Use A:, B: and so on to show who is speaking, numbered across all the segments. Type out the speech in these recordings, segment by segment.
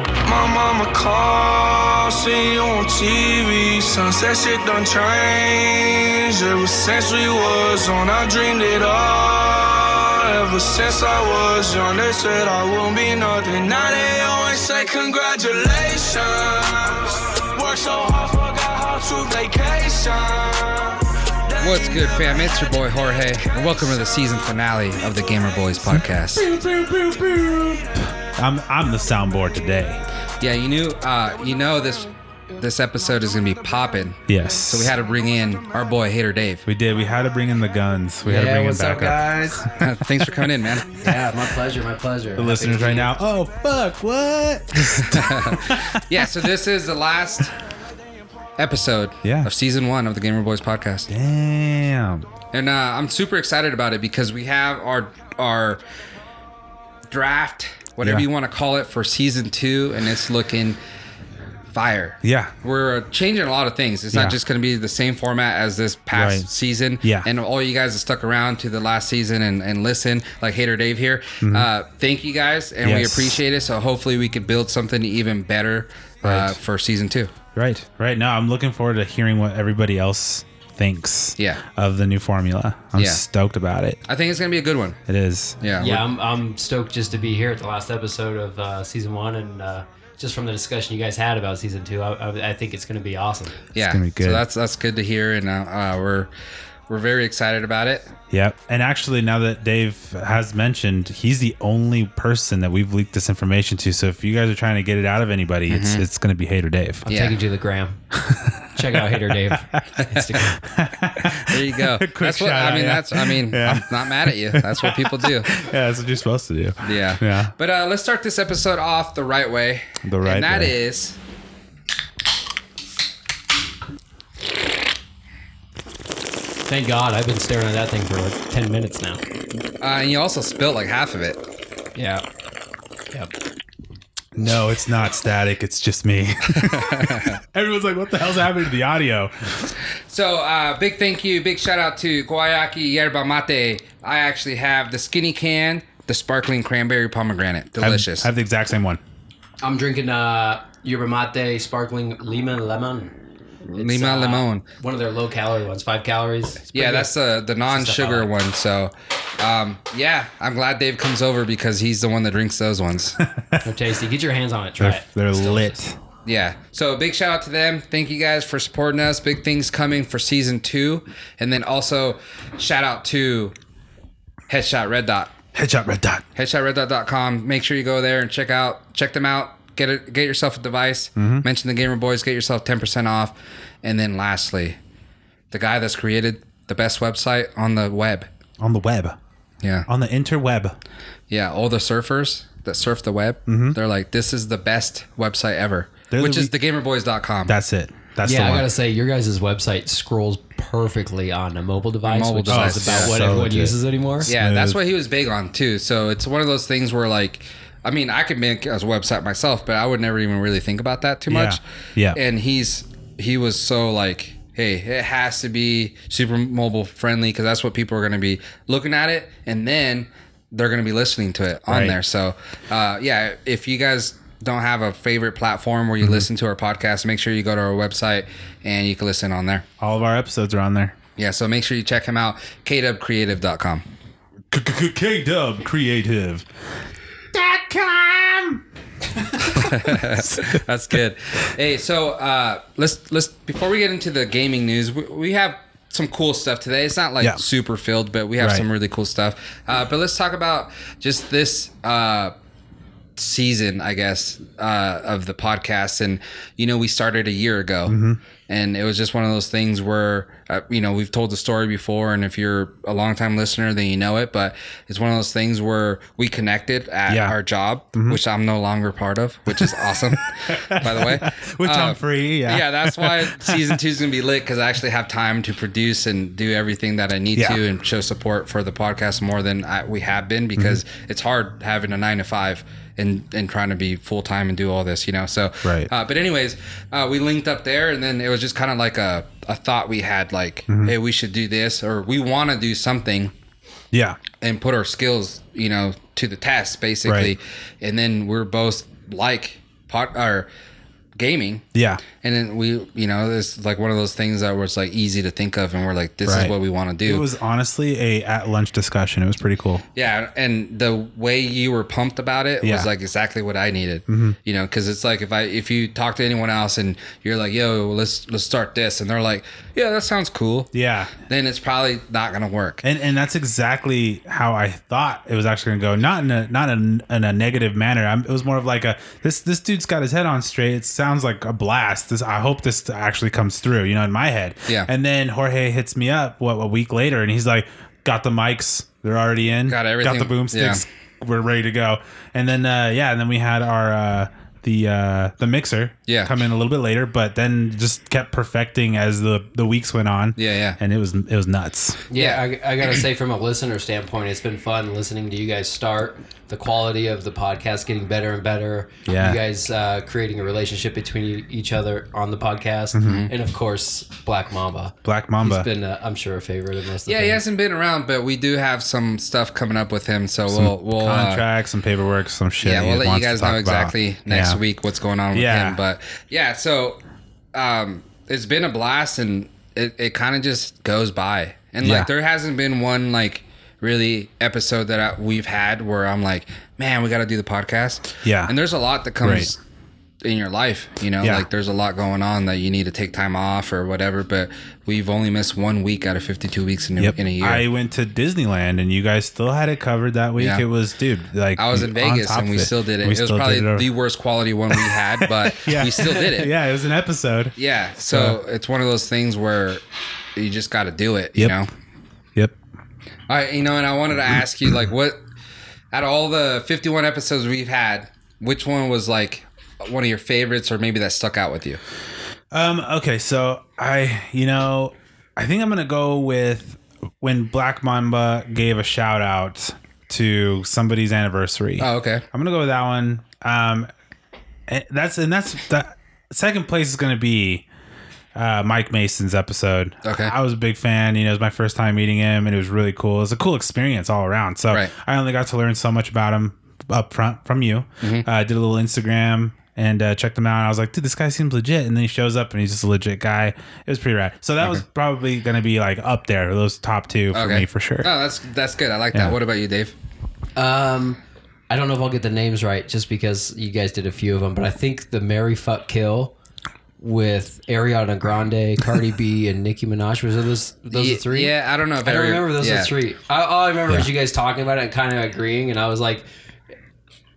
A: my mama call, see you on TV. Sunset shit done changed ever since we was on. I dreamed it all ever since I was young. They said I won't be nothing. Now they always say congratulations. Work so hard, forgot how to vacation.
B: What's good, fam? It's your boy Jorge, and welcome to the season finale of the Gamer Boys podcast.
C: I'm I'm the soundboard today.
B: Yeah, you knew, uh, you know this this episode is gonna be popping.
C: Yes.
B: So we had to bring in our boy Hater Dave.
C: we did. We had to bring in the guns. We had to
D: Yeah,
C: bring
D: what's
C: it back
D: up,
C: up.
D: guys?
B: Thanks for coming in, man.
D: yeah, my pleasure, my pleasure.
C: The listeners right now. Oh fuck! What?
B: Yeah, so this is the last episode
C: Yeah.
B: of season one of the Gamer Boys podcast.
C: Damn.
B: and uh, I'm super excited about it because we have our our draft, whatever
C: Yeah.
B: you want to call it, for season two, and it's looking fire.
C: Yeah.
B: We're uh, changing a lot of things. It's
C: Yeah.
B: not just going to be the same format as this past
C: Right.
B: season.
C: Yeah.
B: And all you guys that stuck around to the last season and, and listen, like Hater Dave here, uh, thank you guys, and we
C: Mm-hmm. Yes.
B: appreciate it. So hopefully we could build something even better uh,
C: Right.
B: for season two.
C: Right. Right now, I'm looking forward to hearing what everybody else thinks.
B: Yeah.
C: Of the new formula. I'm
B: Yeah.
C: stoked about it.
B: I think it's going to be a good one.
C: It is.
B: Yeah.
D: yeah, I'm, I'm stoked just to be here at the last episode of uh, season one, and uh, just from the discussion you guys had about season two, I, I, I think it's going to be awesome.
B: yeah
C: gonna be
B: so
C: good.
B: that's that's good to hear and uh, uh, we're we're very excited about it
C: Yep. And actually, now that Dave has mentioned, he's the only person that we've leaked this information to. So if you guys are trying to get it out of anybody, it's it's going to be Hater Dave.
B: Mm-hmm.
D: I'm
B: Yeah.
D: taking you to the gram. Check out Hater Dave. Instagram.
B: there you go
C: Quick
B: that's what
C: shout
B: i
C: out,
B: mean
C: yeah.
B: that's i mean
C: Yeah.
B: i'm not mad at you that's what people do
C: Yeah, that's what you're supposed to do.
B: yeah
C: Yeah.
B: but uh let's start this episode off the right way
C: The right
B: and that
C: way.
B: is
D: Thank God, I've been staring at that thing for like ten minutes now.
B: uh and you also spilt like half of it
D: Yeah. Yep.
C: No, it's not static. It's just me. Everyone's like, what the hell's happening to the audio?
B: so uh big thank you big shout out to guayaki yerba mate i actually have the skinny can the sparkling cranberry pomegranate
C: I have-
B: delicious
C: I have the exact same one.
D: I'm drinking uh, yerba mate sparkling lima lemon. It's,
B: Lima
D: uh,
B: limon.
D: One of their low calorie ones, five calories. It's pretty
B: Yeah,
D: good.
B: that's the the non-sugar
D: like.
B: one. So, um, yeah, I'm glad Dave comes over because he's the one that drinks those ones.
D: They're tasty. Get your hands on it. Try
C: They're,
D: it.
C: they're
D: It's delicious.
C: lit.
B: yeah. So, big shout out to them. Thank you guys for supporting us. Big things coming for season two, and then also shout out to Headshot Red Dot.
C: Headshot red dot.
B: HeadshotRedDot.com. Make sure you go there and check out check them out. Get it. Get yourself a device.
C: Mm-hmm.
B: Mention the Gamer Boys. Get yourself ten percent off. And then lastly, the guy that's created the best website on the web.
C: On the web.
B: Yeah.
C: On the interweb.
B: Yeah, all the surfers that surf the web, they're like, this is the best website ever,
C: Mm-hmm. They're
B: which
C: the
B: is thegamerboys.com.
C: That's it. That's
D: Yeah,
C: the
D: I
C: one.
D: gotta say, your guys' website scrolls perfectly on a mobile device,
B: Mobile
D: which
B: device,
D: is about
B: yeah.
D: what
C: So
D: everyone
C: legit.
D: uses anymore.
B: yeah, that's
C: smooth.
B: what he was big on too. So it's one of those things where, like, I mean, I could make a website myself, but I would never even really think about that too
C: Yeah,
B: much.
C: yeah.
B: And he's, he was so like, hey, it has to be super mobile friendly because that's what people are going to be looking at it. And then they're going to be listening to it on
C: Right.
B: there. So, uh, yeah, if you guys don't have a favorite platform
C: Mm-hmm.
B: where you listen to our podcast, make sure you go to our website and you can listen on there.
C: All of our episodes are on there.
B: Yeah, so make sure you check him out, kdubcreative.com.
C: K Dub Creative.
B: That's good. hey, so uh, let's let's before we get into the gaming news, we, we have some cool stuff today. It's not like
C: Yeah.
B: super filled, but we have
C: Right.
B: some really cool stuff. Uh, but let's talk about just this uh, season, I guess, uh, of the podcast. And you know, we started a year ago,
C: Mm-hmm.
B: and it was just one of those things where uh, you know we've told the story before, and if you're a longtime listener, then you know it. But it's one of those things where we connected at
C: Yeah. Mm-hmm.
B: our job, which I'm no longer part of, which is awesome, by the way.
C: Which
B: Uh,
C: I'm free. Yeah.
B: yeah, that's why season two is going to be lit because I actually have time to produce and do everything that I need
C: Yeah.
B: to and show support for the podcast more than I, we have been
C: Mm-hmm.
B: because it's hard having a nine to five and, and trying to be full time and do all this, you know? So,
C: Right.
B: uh, but, anyways, uh, we linked up there and then it was just kind of like a, a thought we had like,
C: Mm-hmm.
B: hey, we should do this or we want to do something
C: yeah.
B: and put our skills, you know, to the test basically.
C: Right.
B: And then we're both like pod or gaming.
C: Yeah.
B: And then we, you know, it's like one of those things that was like easy to think of, and we're like, this
C: Right.
B: is what we want to
C: It
B: do.
C: was honestly a at lunch discussion. It was pretty cool.
B: yeah, and the way you were pumped about it
C: Yeah. Mm-hmm.
B: was like exactly what I needed. You know, because it's like if I if you talk to anyone else and you're like, yo, let's let's start this, and they're like, yeah, that sounds cool.
C: Yeah.
B: Then it's probably not gonna work.
C: And and that's exactly how I thought it was actually going to go. Not in a not in, in a negative manner. I'm, it was more of like a this this dude's got his head on straight. It sounds like a blast. This I hope this actually comes through. You know, in my head.
B: Yeah.
C: And then Jorge hits me up what a week later, and he's like, "Got the mics. They're already in.
B: Got everything.
C: Got the boomsticks. We're ready to go." And then uh, yeah, and then we had our. Uh, the uh the mixer
B: Yeah.
C: come in a little bit later but then just kept perfecting as the the weeks went on
B: Yeah, yeah.
C: and it was it was nuts
D: Yeah, I, I gotta say, from a listener standpoint, it's been fun listening to you guys start the quality of the podcast getting better and better.
C: Yeah.
D: you guys uh, creating a relationship between you, each other on the podcast,
C: Mm-hmm.
D: and of course, Black Mamba.
C: black mamba
D: He's been, uh, I'm sure, a favorite of most. Of the
B: Yeah, he
D: fans.
B: hasn't been around, but we do have some stuff coming up with him, so we'll we'll uh,
C: contracts, some paperwork, some shit.
B: yeah
C: he
B: we'll let you
C: wants to
B: guys
C: talk
B: know
C: about.
B: exactly next
C: Yeah.
B: week what's going on with
C: Yeah.
B: him. But yeah, so um, it's been a blast, and it, it kind of just goes by, and
C: Yeah.
B: like there hasn't been one like really episode that I, we've had where I'm like, man, we got to do the podcast.
C: Yeah.
B: and there's a lot that comes. In your life, you know,
C: Yeah.
B: like there's a lot going on that you need to take time off or whatever. But we've only missed one week out of 52 weeks in, a
C: Yep.
B: in a year.
C: I went to Disneyland and you guys still had it covered that week.
B: Yeah.
C: It was, dude, like
B: I was in
C: on
B: Vegas
C: top
B: and
C: of
B: we still did it.
C: We
B: it was
C: still
B: probably
C: did it.
B: the worst quality one we had, but we still did it. Yeah.
C: yeah, it was an episode.
B: so it's one of those things where you just got to do it, you
C: Yep.
B: know?
C: Yep.
B: All right, you know, and I wanted to ask you, like, what, out of all the 51 episodes we've had, which one was like one of your favorites or maybe that stuck out with you?
C: Um, okay, so I, you know, I think I'm gonna go with when Black Mamba gave a shout out to somebody's anniversary.
B: Oh, okay.
C: I'm gonna go with that one. Um, and that's and that's that second place is gonna be uh, Mike Mason's episode.
B: Okay.
C: I was a big fan. You know, it was my first time meeting him, and it was really cool. It was a cool experience all around. So
B: Right.
C: I only got to learn so much about him up front from you.
B: Mm-hmm.
C: Uh, did a little Instagram and uh, checked him out. And I was like, dude, this guy seems legit. And then he shows up, and he's just a legit guy. It was pretty rad. So that was probably gonna be like up there, those top two for
B: Okay.
C: me for sure.
B: Oh, that's that's good. I like
C: Yeah.
B: that. What about you, Dave?
D: Um, I don't know if I'll get the names right just because you guys did a few of them, but I think the Mary Fuck Kill with Ariana Grande, Cardi B, and Nicki Minaj was those those
B: Ye-
D: are three.
B: Yeah, I don't know if
D: I don't
B: every-
D: remember those
B: yeah.
D: are three. I, all I remember is you guys talking about it and kind of agreeing, and I was like.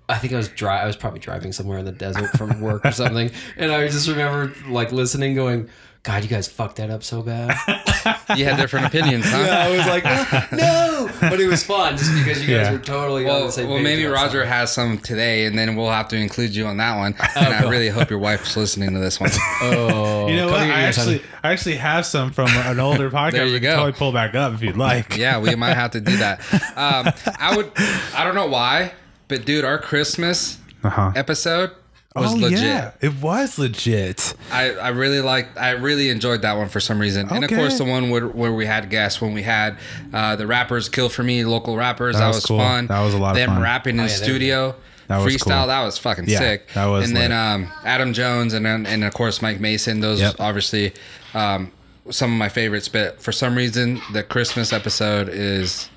D: I think I was dri- I was probably driving somewhere in the desert from work or something, and I just remember like listening, going, "God, you guys fucked that up so bad."
B: You had different opinions, huh?
D: I was like, "No," but it was fun just because you guys
C: Yeah.
D: were totally on
B: Well,
D: the same
B: well
D: page
B: maybe
D: about something.
B: Roger has some today, and then we'll have to include you on that one. And I really hope your wife's listening to this one.
D: Oh,
C: You know what? I
D: Come here, son.
C: actually, I actually have some from an older podcast.
B: There you
C: we can
B: go.
C: Totally pull back up if you'd like.
B: yeah, we might have to do that. Um, I would. I don't know why, but dude, our Christmas
C: Uh-huh. Oh,
B: episode was legit.
C: it was legit.
B: I, I really liked I really enjoyed that one for some reason, and of
C: Okay.
B: course the one where, where we had guests when we had uh, the rappers kill for me local rappers that,
C: was
B: was,
C: cool.
B: fun
C: That was a lot of
B: them
C: fun.
B: rapping in the
D: Oh, yeah, they-
B: studio
C: That was
B: freestyle
C: cool.
B: that was fucking
C: Yeah,
B: sick
C: that was
B: and then
C: lit.
B: um, Adam Jones and then and of course Mike Mason those
C: Yep.
B: obviously um, some of my favorites but for some reason the Christmas episode is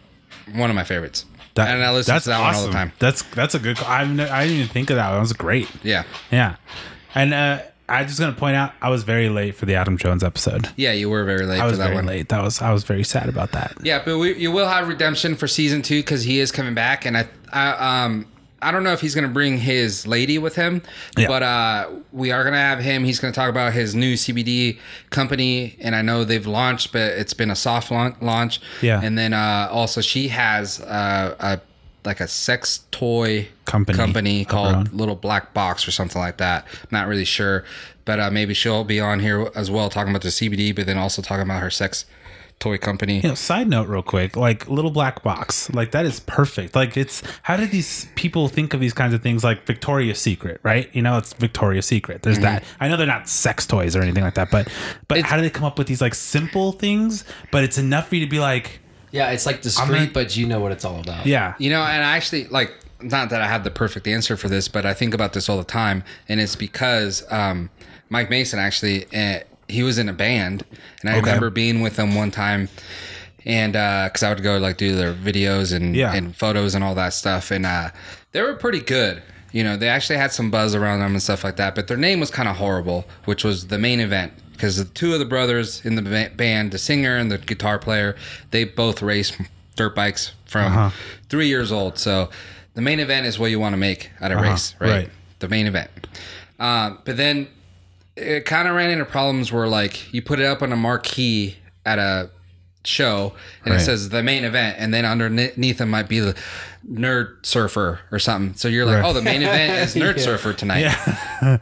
B: one of my favorites and I listen to that one all the time
C: That's that's a good. I've ne- I didn't even think of that. That was great.
B: yeah
C: Yeah, and uh, I just gonna point out I was very late for the Adam Jones episode.
B: yeah you were very late
C: I
B: for
C: was
B: that
C: very
B: one
C: late. That was I was very sad about that.
B: Yeah, but we, you will have redemption for season two because he is coming back, and I, I, um, I don't know if he's gonna bring his lady with him,
C: Yeah.
B: but uh, we are gonna have him. He's gonna talk about his new CBD company, and I know they've launched, but it's been a soft laun- launch.
C: Yeah.
B: and then uh, also she has uh, a like a sex toy
C: Company of her
B: called
C: own.
B: Little Black Box or something like that. Not really sure, but uh, maybe she'll be on here as well talking about the CBD, but then also talking about her sex toy company.
C: You know, side note, real quick, like little black box, like that is perfect. Like it's how did these people think of these kinds of things? Like Victoria's Secret, right? You know, it's Victoria's Secret.
B: Mm-hmm.
C: There's that. I know they're not sex toys or anything like that, but but how do they come up with these like simple things? But it's enough for you to be like,
D: Yeah, it's like discreet,
C: gonna-
D: but you know what it's all about.
C: yeah,
B: You know, and I actually like not that I have the perfect answer for this, but I think about this all the time, and it's because um, Mike Mason actually uh, he was in a band, and I remember being with him one time, and because I would go like do their videos and
C: Yeah.
B: and photos and all that stuff, and uh, they were pretty good. You know, they actually had some buzz around them and stuff like that, but their name was kind of horrible, which was the main event. Because the two of the brothers in the ba- band, the singer and the guitar player, they both race dirt bikes from three years old. So the main event is what you want to make at a race, right?
C: right.
B: The main event. Um, but then it kind of ran into problems where like you put it up on a marquee at a show and
C: Right.
B: it says the main event and then underneath them might be the nerd surfer or something so you're like
C: Right.
B: oh the main event is nerd surfer tonight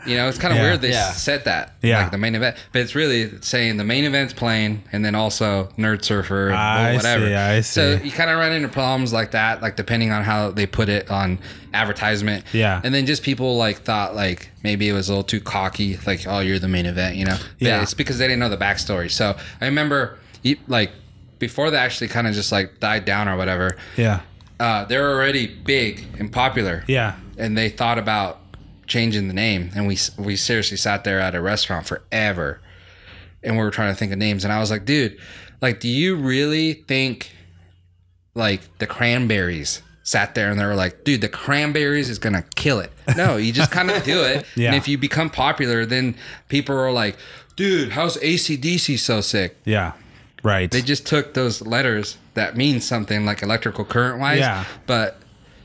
B: you know it's kind of
C: Yeah.
B: weird they
D: Yeah.
B: said that
C: Yeah.
B: like the main event but it's really saying the main event's playing and then also nerd surfer and
C: I
B: whatever
C: see, I
B: so
C: see.
B: you kind of run into problems like that like depending on how they put it on advertisement
C: Yeah.
B: and then just people like thought like maybe it was a little too cocky, like oh you're the main event, you know. But
C: Yeah.
B: It's because they didn't know the backstory. So I remember you- like before they actually kind of just like died down or whatever.
C: Yeah.
B: Uh, they were already big and popular.
C: Yeah.
B: And they thought about changing the name, and we s- we seriously sat there at a restaurant forever, and we were trying to think of names. And I was like, dude, like, do you really think like the cranberries sat there and they were like, dude, the cranberries is gonna kill it. No, you just kind of do it.
C: Yeah.
B: And if you become popular, then people are like, dude, how's ACDC so sick?
C: Yeah. Right.
B: They just took those letters that mean something like electrical current wise.
C: Yeah.
B: But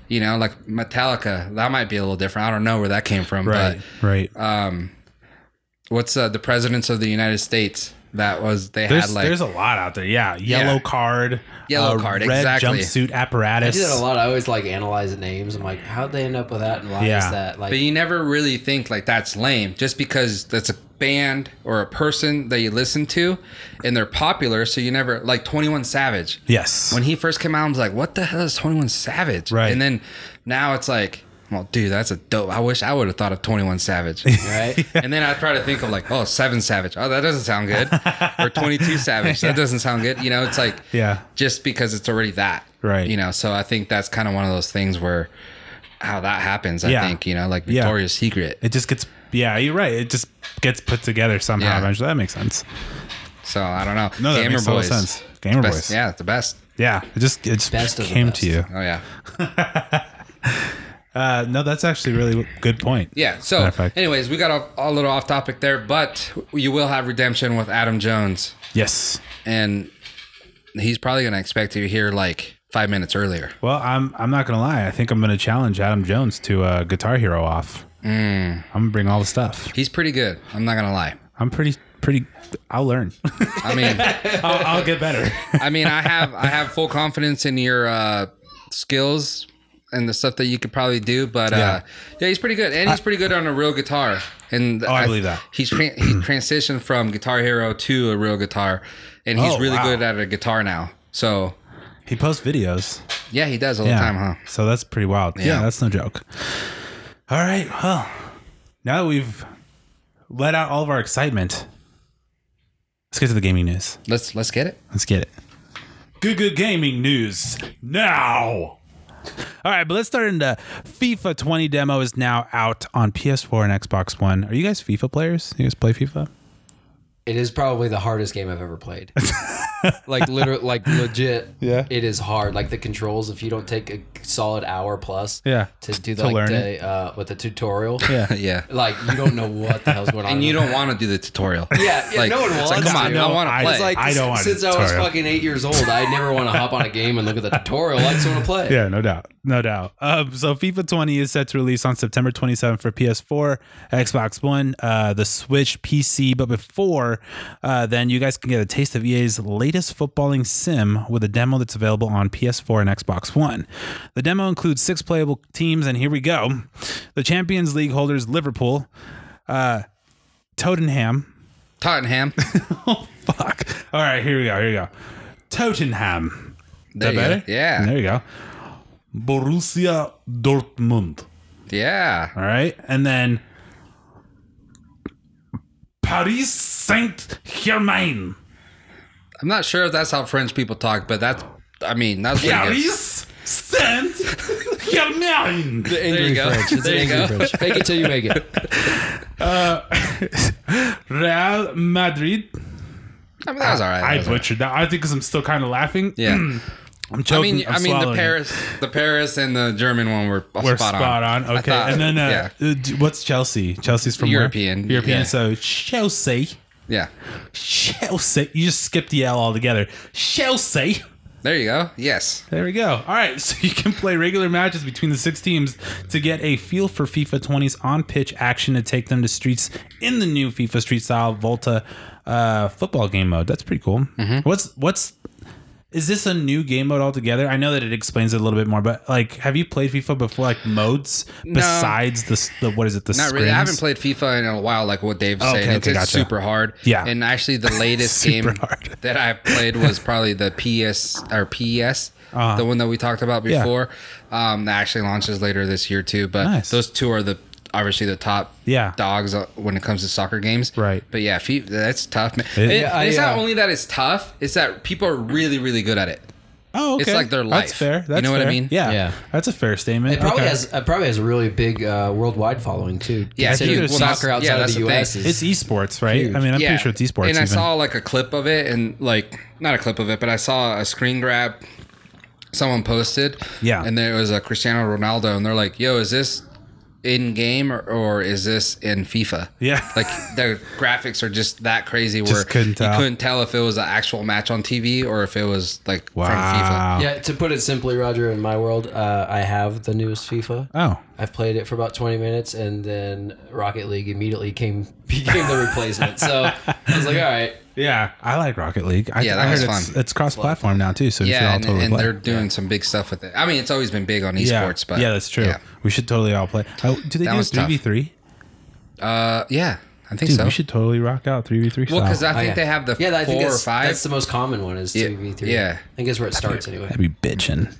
B: you know, like Metallica, that might be a little different. I don't know where that came from.
C: right.
B: uh,
C: Right.
B: But what's uh, the presidents of the United States? That was they
C: there's
B: had like
C: there's a lot out there. Yeah. Yellow
B: Yeah.
C: card. uh,
B: Yellow card,
C: Red
B: exactly.
C: jumpsuit
D: I
C: apparatus.
D: do that a lot. I always like analyze the names. I'm like, how'd they end up with that? And why
C: Yeah.
D: is that? Like,
B: But you never really think like that's lame just because that's a band or a person that you listen to and they're popular. So you never like 21 Savage.
C: Yes.
B: When he first came out, I was like, what the hell is 21 Savage?
C: Right.
B: And then now it's like, well, dude, that's a dope. I wish I would have thought of 21 Savage.
D: right?
B: And then I try to think of like, oh, seven savage. Oh, that doesn't sound good. Or twenty-two savage. That doesn't sound good. You know, it's like
C: Yeah.
B: just because it's already that,
C: Right.
B: You know, so I think that's kind of one of those things where how that happens. I
C: Yeah.
B: think you know, like
C: Yeah.
B: Victoria's Secret.
C: it just gets. Yeah, you're right. It just gets put together somehow.
B: Yeah.
C: Eventually, that makes sense.
B: So I don't know.
C: No, that makes total sense. Gamer
B: Best-
C: Boys.
B: Yeah, it's the best.
C: Yeah, it just it
D: Best
C: just
D: of the
C: came
D: best.
C: to you.
B: Oh yeah,
C: Uh, no, that's actually a really good point.
B: yeah. So,
C: Matter of fact.
B: anyways, we got off, a little off topic there, but you will have redemption with Adam Jones,
C: Yes.
B: and he's probably going to expect you here like five minutes earlier.
C: Well, I'm I'm not gonna lie. I think I'm gonna challenge Adam Jones to uh, Guitar Hero off. I'm gonna bring all the stuff.
B: He's pretty good. I'm not going to lie.
C: I'm pretty pretty. I'll learn.
B: I mean.
C: I'll, I'll get better.
B: I mean, I have I have full confidence in your uh, skills and the stuff that you could probably do. But yeah, uh, yeah he's pretty good, and he's pretty good on a real guitar. And
C: Oh, I believe that.
B: he's tran he transitioned from Guitar Hero to a real guitar, and he's
C: Oh,
B: really
C: wow.
B: good at a guitar now. So
C: he posts videos.
B: yeah, he does all the time, huh?
C: So that's pretty wild. Yeah.
B: Yeah.
C: that's no joke. All right. Well, now that we've let out all of our excitement, let's get to the gaming news.
B: Let's let's get it.
C: Let's get it. Good, good gaming news now. All right, but let's start into FIFA 20 demo is now out on PS4 and Xbox One. Are you guys FIFA players? You guys play FIFA?
D: It is probably the hardest game I've ever played. like literally, like legit.
C: Yeah.
D: It is hard. Like the controls, if you don't take a solid hour plus,
C: Yeah,
D: to do the,
C: to
D: like
C: learn
D: the uh, with the tutorial,
B: yeah,
D: like you don't know what the hell's going on,
B: and you
D: with
B: don't want to do the tutorial.
D: Yeah, yeah, no one
B: it's
D: wants
B: come on,
D: to.
B: I want
C: I-
B: to play.
D: It's like
C: I don't want a
D: since I was
C: tutorial.
D: fucking eight years old, I never want to hop on a game and look at the tutorial. I just want to play.
C: Yeah, no doubt. No doubt. Um, so FIFA 20 is set to release on September 27th for PS4, Xbox One, uh, the Switch, PC. But before uh, then, you guys can get a taste of EA's latest footballing sim with a demo that's available on PS4 and Xbox One. The demo includes six playable teams, and here we go. The Champions League holders Liverpool, uh, Tottenham, Oh,
B: Tottenham.
C: Fuck. All right, here we go. Here we go. Tottenham. Is
B: There you
C: that
B: go.
C: better?
B: Yeah.
C: There you go. Borussia Dortmund.
B: yeah,
C: All right. And then Paris Saint Germain.
B: I'm not sure if that's how French people talk, but that's. I mean, that's pretty good.
C: Paris Saint get mine.
D: The
B: There
D: angry
B: you go.
D: French. It's
B: There
D: an
B: you go.
D: angry French. Fake it till you make it.
C: Real Madrid.
B: I Mm. mean, that was all right.
C: I
B: That was all right.
C: butchered that. I think because I'm still kind of laughing.
B: Yeah.
C: I'm
B: I
C: choking.
B: mean,
C: I'm
B: I mean the
C: swallowing it.
B: Paris, the Paris and the German one were,
C: We're
B: spot,
C: spot,
B: on.
C: on.
B: I
C: Okay,
B: thought-
C: and then
B: yeah,
C: uh, uh, d- what's Chelsea? Chelsea's from where?
B: European,
C: European.
B: yeah.
C: So Chelsea,
B: yeah.
C: Chelsea. You just skip the L altogether. Chelsea.
B: There you go. Yes.
C: There we go. All right, so you can play regular matches between the six teams to get a feel for FIFA 20's on-pitch action to take them to streets in the new FIFA Street Style Volta uh, football game mode. That's pretty cool.
B: Mm-hmm.
C: What's what's is this a new game mode altogether? I know that it explains it a little bit more, but like, have you played FIFA before? Like modes besides the, s- the what is it? The
B: Not
C: screens?
B: really. I haven't played FIFA in a while, like what Dave said.
C: Okay,
B: it's
C: okay,
B: it's
C: gotcha.
B: super hard.
C: Yeah.
B: And actually, the latest game
C: Super hard.
B: that I played was probably the PS or PES,
C: Uh-huh.
B: the one that we talked about
C: Yeah.
B: before. Um, that actually launches later this year too. But
C: Nice.
B: those two are the obviously the top
C: Yeah.
B: dogs uh, when it comes to soccer games.
C: Right.
B: But yeah, FIFA, that's tough. Man.
C: It-
B: And
D: Yeah,
B: it's
D: yeah.
B: not only that it's tough; it's that people are really, really good at it.
C: Oh, okay.
B: It's like their life.
C: That's fair.
B: You
C: That's
B: know what I
C: fair.
B: mean?
C: Yeah,
D: Yeah.
C: That's a fair statement.
D: It probably
C: Okay.
D: has it probably has a really big uh, worldwide following too.
B: Yeah, I think
D: considering
C: there's- well, that's-
D: soccer
B: yeah,
D: outside
B: that's
D: of
B: the
D: the US
B: thing.
D: is
C: It's esports, right? I mean, I'm pretty sure it's esports.
B: And I
C: even.
B: saw like a clip of it, and like not a clip of it, but I saw a screen grab someone posted.
C: Yeah.
B: and there was a Cristiano Ronaldo, and they're like, "Yo, is this in game or, or is this in FIFA?"
C: Yeah.
B: like the graphics are just that crazy. Where
C: couldn't tell.
B: you couldn't tell if it was an actual match on TV or if it was like from FIFA.
C: Wow.
D: yeah. To put it simply, Roger, in my world, uh, I have the newest FIFA.
B: Uh.
C: Oh.
D: I've played it for about 20 minutes, and then Rocket League immediately came became the replacement. So I was like, all right,
C: Yeah, I like Rocket League. I,
B: Yeah, that
C: I
B: was
C: it's,
B: fun.
C: it's cross-platform now too, so we should
B: Yeah,
C: all
B: and,
C: totally
B: and
C: play.
B: they're doing some big stuff with it. I mean, it's always been big on esports,
C: yeah.
B: but
C: yeah, that's true.
B: Yeah,
C: We should totally all play. Oh, do they
B: That
C: do
B: was tough.
C: three v three?
B: uh, yeah I think
C: Dude,
B: so.
C: we should totally rock out three v three.
B: well, because I
D: Oh,
B: think
D: yeah.
B: they have the
D: yeah, I
B: four
D: think
B: or
D: that's,
B: five.
D: That's the most common one is
B: Yeah,
D: two v three.
B: yeah.
D: I think that's where it starts anyway.
C: That'd be bitching.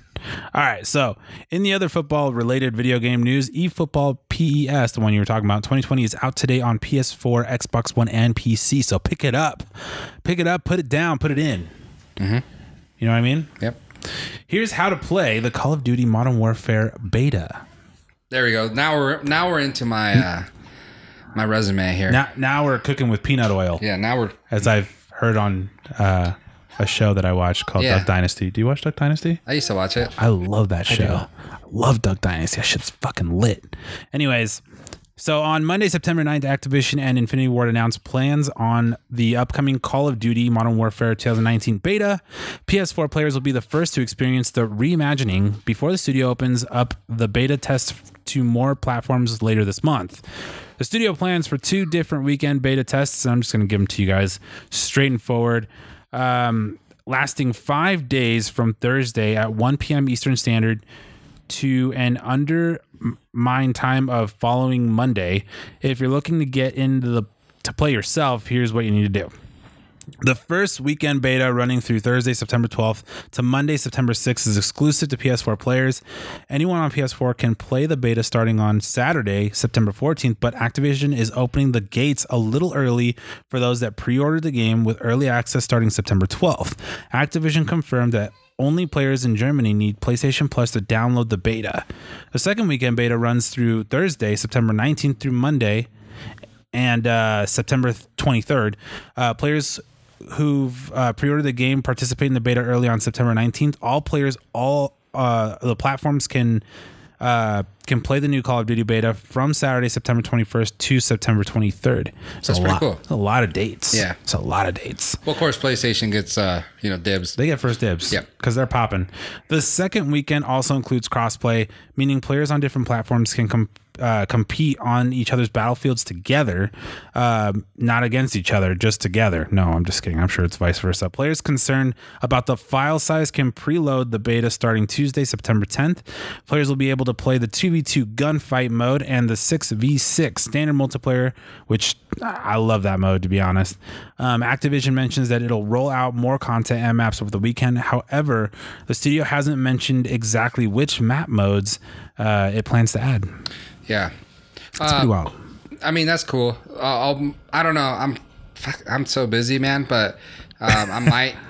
C: All right, so in the other football related video game news, eFootball PES, the one you were talking about, 2020 is out today on PS4, Xbox One, and PC. So pick it up, pick it up, put it down, put it in.
B: Mm-hmm.
C: You know what I mean?
B: yep.
C: Here's how to play the Call of Duty Modern Warfare beta.
B: There we go. Now we're now we're into my uh, my resume here.
C: Now, now we're cooking with peanut oil,
B: yeah, now we're
C: as I've heard on uh, a show that I watched called
B: Yeah.
C: Duck Dynasty. Do you watch Duck Dynasty?
B: I used to watch it.
C: I love that show. I love Duck Dynasty. That shit's fucking lit. Anyways, so on Monday, September 9th, Activision and Infinity Ward announced plans on the upcoming Call of Duty Modern Warfare 2019 beta. PS4 players will be the first to experience the reimagining before the studio opens up the beta test to more platforms later this month. The studio plans for two different weekend beta tests, and I'm just going to give them to you guys straight and forward. Um, lasting five days from Thursday at 1 p.m. Eastern Standard to an undermine time of following Monday. If you're looking to get into the to play yourself, here's what you need to do. The first weekend beta running through Thursday, September 12th to Monday, September 6th is exclusive to PS4 players. Anyone on PS4 can play the beta starting on Saturday, September 14th, but Activision is opening the gates a little early for those that pre ordered the game with early access starting September 12th. Activision confirmed that only players in Germany need PlayStation Plus to download the beta. The second weekend beta runs through Thursday, September 19th through Monday, and uh, September th- 23rd. Uh, players who've uh, pre-ordered the game participate in the beta early on September 19th. All players, all uh, the platforms can uh, can play the new Call of Duty beta from Saturday, September 21st to September 23rd. So
B: That's pretty cool.
C: A lot of dates.
B: Yeah.
C: it's a lot of dates.
B: Well, of course, PlayStation gets uh, you know dibs.
C: They get first dibs.
B: Yep.
C: Because they're popping. The second weekend also includes crossplay, meaning players on different platforms can com- uh, compete on each other's battlefields together, um, not against each other, just together. No, I'm just kidding. I'm sure it's vice versa. Players concerned about the file size can preload the beta starting Tuesday, September 10th. Players will be able to play the 2v2 gunfight mode and the 6v6 standard multiplayer, which I love that mode to be honest. Um, Activision mentions that it'll roll out more content and maps over the weekend. However, the studio hasn't mentioned exactly which map modes uh, it plans to add.
B: Yeah.
C: It's pretty
B: Uh,
C: wild.
B: I mean, that's cool. Uh, I'll, I don't know. I'm fuck, I'm so busy, man. But um, I might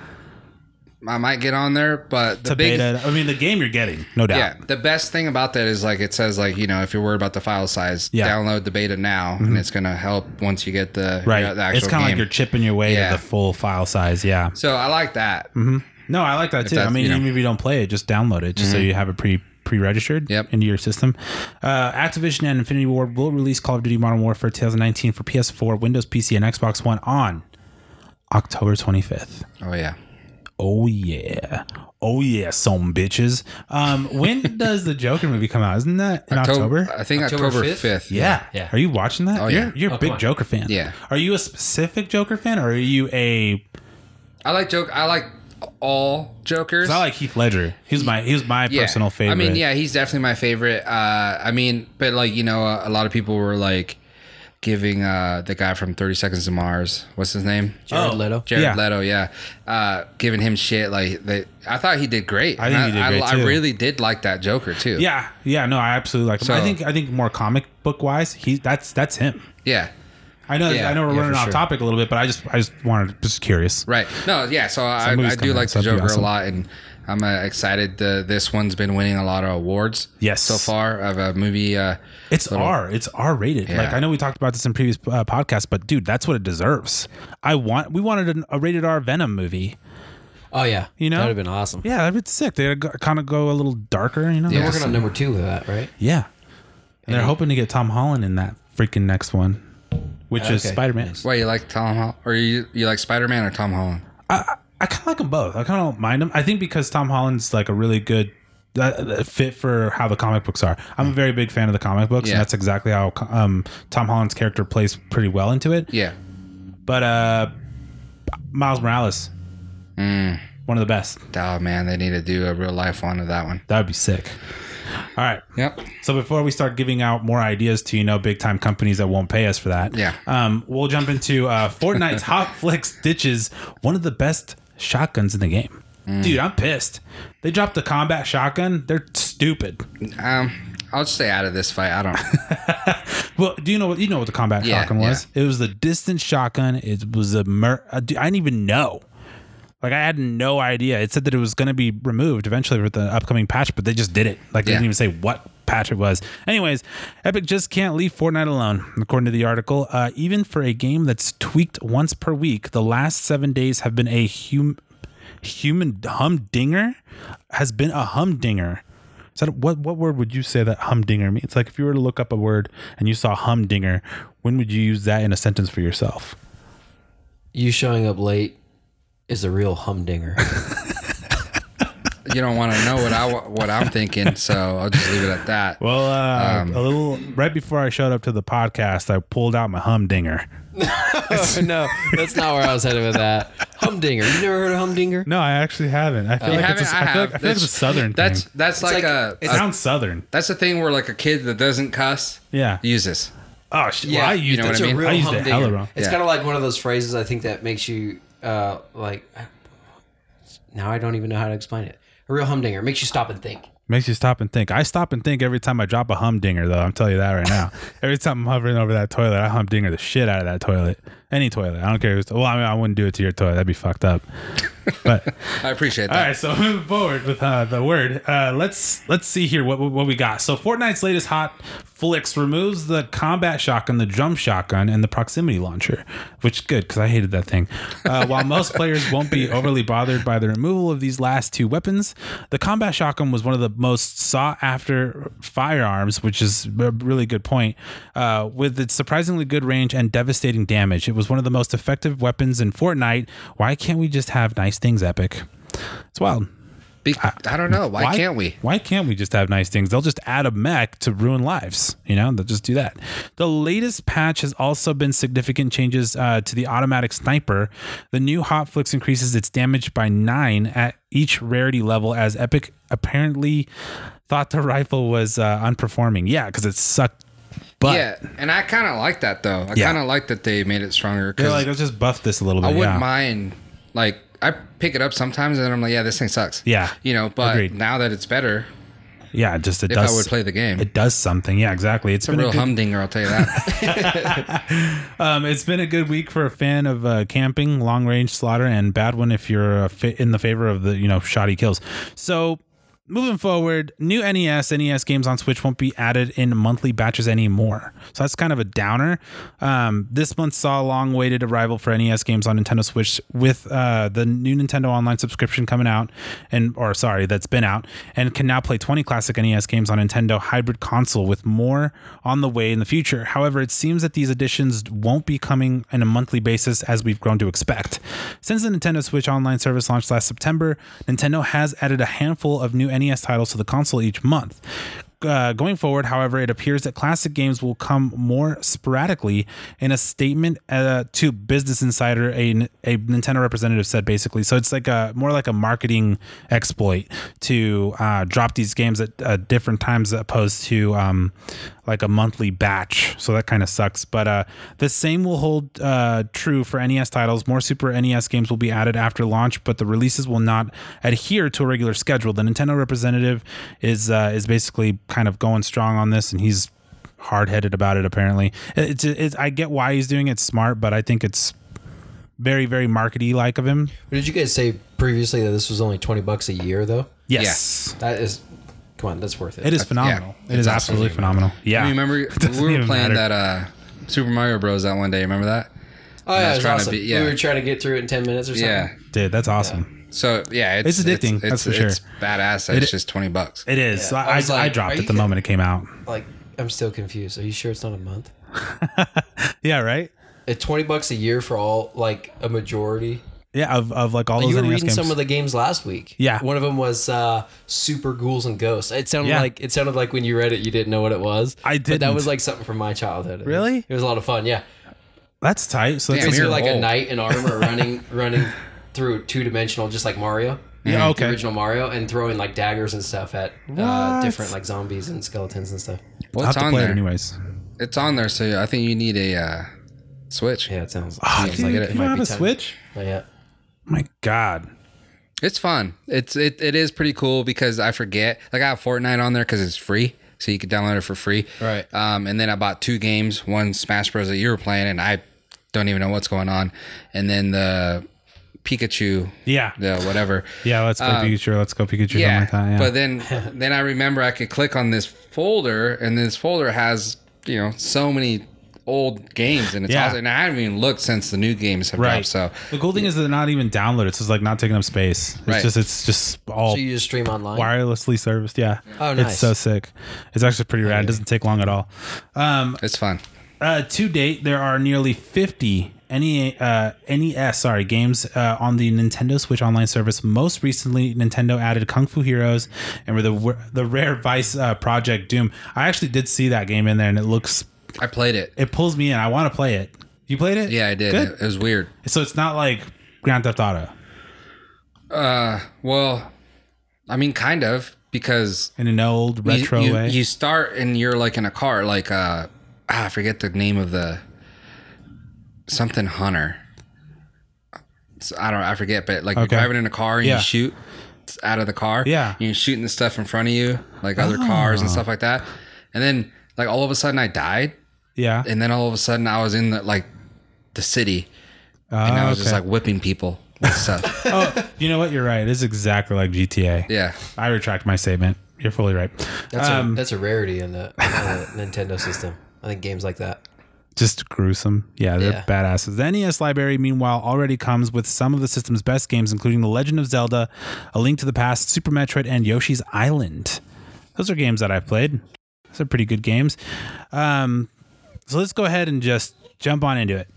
B: I might get on there, but the
C: to
B: big
C: beta. I mean, the game you're getting, no doubt.
B: yeah, the best thing about that is like it says like you know if you're worried about the file size,
C: Yeah. Mm-hmm.
B: download the beta now, and it's gonna help once you get the
C: right.
B: the actual
C: it's kind of like
B: game.
C: you're chipping your way
B: Yeah.
C: to the full file size. Yeah.
B: so I like that.
C: Mm-hmm. No, I like that too. I
B: that's-
C: mean,
B: you know. Mm-hmm.
C: even if you don't play it, just download it just so you have it pre pre-registered
B: Yep.
C: into your system. Uh, Activision and Infinity Ward will release Call of Duty Modern Warfare 2019 for PS4, Windows PC, and Xbox One on October 25th.
B: Oh yeah,
C: Oh yeah. Oh yeah, some bitches. Um, when does the Joker movie come out? Isn't that in October?
B: I think
D: October
B: October
D: 5th?
B: fifth.
C: Yeah.
D: Yeah.
C: Are you watching that?
B: Oh,
C: you're,
B: yeah.
C: You're a
D: Oh,
C: big
D: come on.
C: Joker fan.
B: Yeah.
C: Are you a specific Joker fan or are you a
B: I like joke. I like all Jokers.
C: 'cause I like Heath Ledger. He's my he was my
B: Yeah.
C: personal favorite.
B: I mean, yeah, he's definitely my favorite. Uh, I mean, but like you know, a, a lot of people were like giving uh, the guy from Thirty Seconds to Mars. What's his name?
D: Oh, Jared Leto.
B: Jared
C: Yeah.
B: Leto, yeah, uh, giving him shit like they, I thought he did great.
C: I think
B: And
C: he did great,
B: I,
C: too.
B: really did like that Joker too.
C: Yeah, yeah, no, I absolutely like him. I
B: So-
C: think I think more comic book wise, he that's that's him.
B: yeah,
C: I know
B: Yeah,
C: I know we're
B: yeah,
C: running
B: for
C: off
B: sure.
C: topic a little bit, but I just I just wanted just curious.
B: right. No, yeah. So I,
C: movie's
B: I do
C: coming out,
B: like
C: so
B: the
C: that'd
B: Joker
C: be awesome.
B: a lot, and I'm uh, excited. The, this one's been winning a lot of awards.
C: Yes.
B: so far of a movie. Uh,
C: It's R. It's R rated.
B: Yeah.
C: Like I know we talked about this in previous uh, podcasts, but dude, that's what it deserves. I want we wanted an, a rated R Venom movie.
D: Oh yeah,
C: You know?
D: that'd have been awesome.
C: Yeah, that'd be sick. They kind of go a little darker, you know.
D: They're
B: Yeah.
D: working on number two of that, right?
C: Yeah. And they're hoping to get Tom Holland in that freaking next one, which is
D: Okay.
C: Spider Man.
B: what you like Tom Holland or you you like Spider Man or Tom Holland?
C: I kind of like them both. I kind of don't mind them. I think because Tom Holland's like a really good uh, fit for how the comic books are. I'm a very big fan of the comic
B: Hmm.
C: books,
B: Yeah.
C: and that's exactly how um, Tom Holland's character plays pretty well into it.
B: Yeah,
C: But uh, Miles Morales,
B: Hmm.
C: one of the best.
B: oh man, they need to do a real life one of that one.
C: That would be sick. All right.
B: Yep.
C: So before we start giving out more ideas to you know big time companies that won't pay us for that,
B: Yeah.
C: um, we'll jump into uh, Fortnite's hot flicks ditches one of the best shotguns in the game.
B: Mm.
C: Dude, I'm pissed. They dropped the combat shotgun. They're stupid.
B: Um, I'll stay out of this fight. I don't.
C: Well, do you know what you know what the combat
B: Yeah,
C: shotgun was? It was the distance shotgun. It was a mer- uh, dude, I didn't even know. Like I had no idea. It said that it was going to be removed eventually with the upcoming patch, but they just did it. Like they
B: Yeah.
C: didn't even say what patch it was. Anyways, Epic just can't leave Fortnite alone, according to the article. Uh, even for a game that's tweaked once per week, the last seven days have been a hum- human humdinger has been a humdinger. Is that what what word would you say that humdinger means? Like if you were to look up a word and you saw humdinger, when would you use that in a sentence for yourself?
D: You showing up late is a real humdinger.
B: you don't want to know what I wa- what I'm thinking, so I'll just leave it at that.
C: Well, uh, a little right before I showed up to the podcast, I pulled out my humdinger.
D: oh, no, that's not where I was headed with that. Humdinger. You never heard of humdinger?
C: No, I actually haven't. I feel
B: You
C: like
B: haven't?
C: it's a, I
B: I
C: feel
B: have.
C: like, I feel like it's a southern
B: That's uh,
C: thing.
B: that's like,
D: like-
B: a,
C: It
B: a-
C: sounds southern.
B: that's the thing where like a kid that doesn't cuss
C: Yeah.
B: uses.
C: Oh, sh-
B: Yeah,
C: well, I
B: you
C: used
B: know what
C: it.
B: I mean?
C: I used it hella wrong.
D: It's
B: Yeah.
D: kind of like one of those phrases I think that makes you uh, like. Now I don't even know how to explain it. A real humdinger makes you stop and think.
C: Makes you stop and think. I stop and think every time I drop a humdinger, though. I'm telling you that right now. every time I'm hovering over that toilet, I humdinger the shit out of that toilet. Any toilet. I don't care. Who's, well, I mean, I wouldn't do it to your toilet. That'd be fucked up. But
B: I appreciate
C: All
B: that.
C: right, so moving forward with uh, the word, uh, let's let's see here what what we got. So Fortnite's latest hot flicks removes the combat shotgun, the drum shotgun, and the proximity launcher, which is good because I hated that thing. Uh, while most players won't be overly bothered by the removal of these last two weapons, the combat shotgun was one of the most sought after firearms, which is a really good point. Uh, with its surprisingly good range and devastating damage, it was one of the most effective weapons in Fortnite. Why can't we just have nice things, Epic? It's wild.
B: Be- I don't know. Why, can't we?
C: Why can't we just have nice things? They'll just add a mech to ruin lives. You know, they'll just do that. The latest patch has also been significant changes uh, to the automatic sniper. The new hot flicks increases its damage by nine at each rarity level, as Epic apparently thought the rifle was uh, unperforming. Yeah, because it sucked. But
B: yeah, and I kind of like that though. I
C: Yeah.
B: kind of like that they made it stronger
C: they're
B: because
C: like, let's just buff this a little bit.
B: I wouldn't
C: yeah.
B: mind. Like I pick it up sometimes and I'm like, yeah, this thing sucks.
C: Yeah.
B: you know. But
C: Agreed.
B: now that it's better,
C: Yeah, just it
B: if
C: does.
B: I would play the game.
C: it does something. Yeah, exactly.
B: it's a
C: been
B: real
C: a good,
B: humdinger, I'll tell you that.
C: um, it's been a good week for a fan of uh, camping, long range slaughter, and bad one if you're uh, fa- in the favor of the you know shoddy kills. So. Moving forward, new E NES, NES games on Switch won't be added in monthly batches anymore. So that's kind of a downer. Um, this month saw a long awaited arrival for NES games on Nintendo Switch with uh, the new Nintendo Online subscription coming out, and or sorry, that's been out, and can now play 20 classic NES games on Nintendo hybrid console with more on the way in the future. However, it seems that these additions won't be coming on a monthly basis as we've grown to expect. Since the Nintendo Switch Online service launched last September, Nintendo has added a handful of new NES titles to the console each month. Uh, going forward, however, it appears that classic games will come more sporadically. In a statement uh, to Business Insider, a, a Nintendo representative said basically, so it's like a more like a marketing exploit to uh, drop these games at uh, different times opposed to um, like a monthly batch. So that kind of sucks. But uh, the same will hold uh, true for NES titles. More Super NES games will be added after launch, but the releases will not adhere to a regular schedule. The Nintendo representative is uh, is basically kind of going strong on this, and he's hard headed about it. Apparently, it's, it's I get why he's doing it smart, but I think it's very very markety like of him.
D: Did you guys say previously that this was only twenty bucks a year though?
C: Yes.
D: That is, come on, that's worth it.
C: It is phenomenal. it is
B: it's
C: absolutely
B: absolutely
C: phenomenal. Yeah.
B: You remember
C: doesn't
B: we were
C: even
B: playing
C: matter.
B: that uh, Super Mario Bros. that one day. Remember that?
D: Oh yeah,
B: I was
D: it's
B: trying to
D: awesome.
B: be- yeah.
D: We were trying to get through it in ten minutes or something.
B: Yeah.
C: Dude, that's awesome.
B: So yeah, it's,
C: It's addicting,
B: It's,
C: that's for sure.
B: it's badass. That it's just twenty bucks.
C: It is.
D: Yeah.
C: I, I,
D: I was
C: I
D: like,
C: dropped
D: are
C: it
D: you
C: the
D: kidding?
C: moment it came out.
D: Like, I'm still confused. Are you sure it's not a month?
C: Yeah, right.
D: At twenty bucks a year for all like a majority.
C: Yeah, of, of like all those
D: you were
C: NES
D: reading
C: E games.
D: some of the games last week.
C: Yeah.
D: One of them was uh, Super Ghouls and Ghosts. It sounded
C: Yeah.
D: like it sounded like when you read it, you didn't know what it was.
C: I
D: But that
C: didn't.
D: was like something from my childhood. It
C: Really?
D: Was, it was a lot of fun. Yeah.
C: That's tight. So that's
B: Damn,
D: It's
B: you're
D: like a
B: old.
D: knight in armor running running through two dimensional, just like Mario.
C: yeah,
D: The
C: okay.
D: original Mario and throwing like daggers and stuff at
C: What?
D: uh, different like zombies and skeletons and stuff.
C: I'll
B: Well,
C: have
B: it's
C: to
B: on
C: play
B: there.
C: it anyways.
B: It's on there. So I think you need a uh, Switch.
D: Yeah, it sounds.
C: Ah,
D: seems
C: dude,
B: it
C: you
D: might
C: don't have
D: be
C: a
D: time.
C: Switch?
D: But yeah.
C: My God.
B: It's fun. It's it, it is pretty cool because I forget. Like I have Fortnite on there because it's free, so you can download it for free.
D: Right.
B: Um, and then I bought two games. One Smash Bros that you were playing, and I don't even know what's going on. And then the Pikachu,
C: Yeah.
B: the whatever.
C: Yeah, let's play Pikachu. Let's go Pikachu.
B: Yeah.
C: Something like that. Yeah.
B: But then then I remember I could click on this folder, and this folder has you know so many old games, and it's
C: Yeah.
B: awesome. And I haven't even looked since the new games have
C: right.
B: dropped. So
C: the cool thing is they're not even downloaded. So it's like not taking up space. It's
B: Right.
C: just it's just all
D: So you just stream online.
C: wirelessly serviced. Yeah.
D: Oh,
C: It's
D: nice.
C: so sick. It's actually pretty rad. It doesn't take long at all. Um,
B: it's fun.
C: Uh, to date, there are nearly 50 NEA, uh, NES sorry games uh, on the Nintendo Switch Online service. Most recently, Nintendo added Kung Fu Heroes and were the the rare Vice uh, Project Doom. I actually did see that game in there, and it looks
B: I played it.
C: it pulls me in. I want to play it. You played it?
B: Yeah, I did.
C: Good.
B: It, it was weird.
C: So it's not like Grand Theft Auto
B: Well, I mean, kind of because
C: in an old
B: you-
C: retro
B: you,
C: way.
B: you start and you're like in a car, like uh, ah, I forget the name of the something hunter. It's- I don't, I forget, but like
C: Okay.
B: you're driving in a car and
C: Yeah.
B: you shoot out of the car.
C: Yeah. Oh.
B: you're shooting the stuff in front of you, like other cars and stuff like that. And then like all of a sudden I died,
C: yeah.
B: and then all of a sudden I was in the like the city, and I
C: Oh,
B: was just
C: okay.
B: like whipping people with stuff.
C: oh, you know what? You're right. It is exactly like GTA.
B: yeah,
C: I retract my statement. You're fully right.
D: That's, a,
C: um,
D: that's a rarity in the, in the Nintendo system. I think games like that.
C: just gruesome. Yeah, they're
D: Yeah.
C: badasses. The NES library, meanwhile, already comes with some of the system's best games, including The Legend of Zelda, A Link to the Past, Super Metroid, and Yoshi's Island. Those are games that I've played. Those are pretty good games. Um, so let's go ahead and just jump on into it.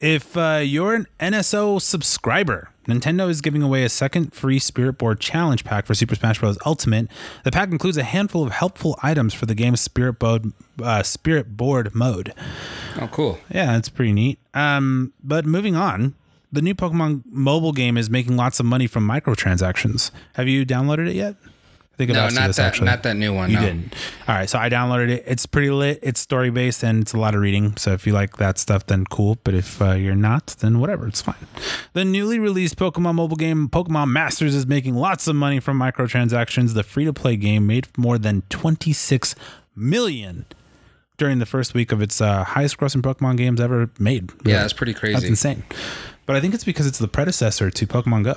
C: If uh, you're an NSO subscriber, Nintendo is giving away a second free Spirit Board Challenge pack for Super Smash Bros. Ultimate. The pack includes a handful of helpful items for the game's Spirit Board, uh, Spirit Board mode.
B: oh cool.
C: Yeah, that's pretty neat. Um, but moving on, the new Pokemon mobile game is making lots of money from microtransactions. Have you downloaded it yet? I think I've
B: No,
C: asked you
B: not
C: this
B: that.
C: actually.
B: Not that new one.
C: You
B: no.
C: didn't. All right, so I downloaded it. It's pretty lit. It's story based and it's a lot of reading. So if you like that stuff, then cool. But if uh, you're not, then whatever, it's fine. The newly released Pokemon mobile game Pokemon Masters is making lots of money from microtransactions. The free to play game made more than 26 million during the first week of its uh, highest grossing Pokemon games ever made.
B: Yeah,
C: really.
B: that's pretty
C: That's
B: crazy.
C: insane. But I think it's because it's the predecessor to Pokemon Go.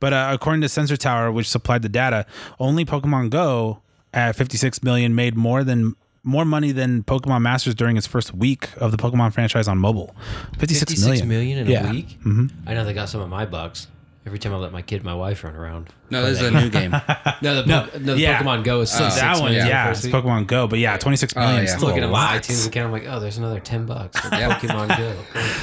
C: But uh, according to Sensor Tower, which supplied the data, only Pokemon Go at 56 million made more than more money than Pokemon Masters during its first week of the Pokemon franchise on mobile. 56
D: 56 million in a
C: Yeah. Mm-hmm.
D: week. I know they got some of my bucks. Every time I let my kid, and my wife run around.
B: No, this is a new game.
D: No, the,
C: No,
D: no, no, the
C: yeah.
D: Pokemon Go is still six
C: That one,
D: million
C: yeah,
D: for
C: it's
D: first week.
C: Pokemon Go, but yeah, 26
B: Oh,
C: million.
B: yeah.
C: is
B: Look
D: Looking at
C: still
D: my
C: a
D: iTunes
C: lot.
D: account, I'm like, oh, there's another ten bucks. For Pokemon Go.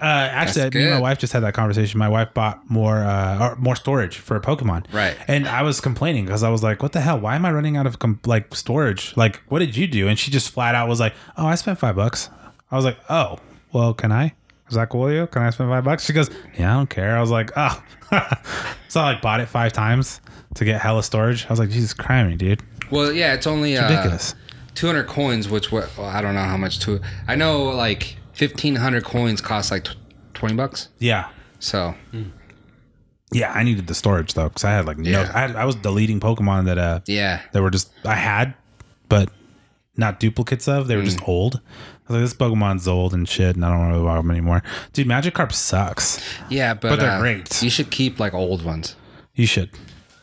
C: Uh, actually,
B: That's
C: me and my
B: good.
C: wife just had that conversation. My wife bought more uh, or more storage for Pokemon,
B: Right.
C: And I was complaining because I was like, "What the hell? Why am I running out of com- like storage? Like, what did you do?" And she just flat out was like, "Oh, I spent five bucks." I was like, "Oh, well, can I?" I was like, "Well, you? Can I spend five bucks?" She goes, "Yeah, I don't care." I was like, "Oh," so I like bought it five times to get hella storage. I was like, "Jesus criminy, dude,
B: Well, yeah, it's only uh,
C: ridiculous!"
B: 200 coins, which what well, I don't know how much to. I know like 1500 coins cost like tw- 20 bucks.
C: yeah,
B: So
C: yeah. I needed the storage though because I had like no,
B: Yeah.
C: I, had, I was deleting Pokemon that uh
B: yeah,
C: that were just I had, but not duplicates of. They were just
B: Hmm.
C: old. I was like, this Pokemon's old and shit, and I don't really want them anymore. Dude, Magikarp sucks.
B: yeah, but,
C: But they're
B: uh,
C: great.
B: You should keep like old ones.
C: You should.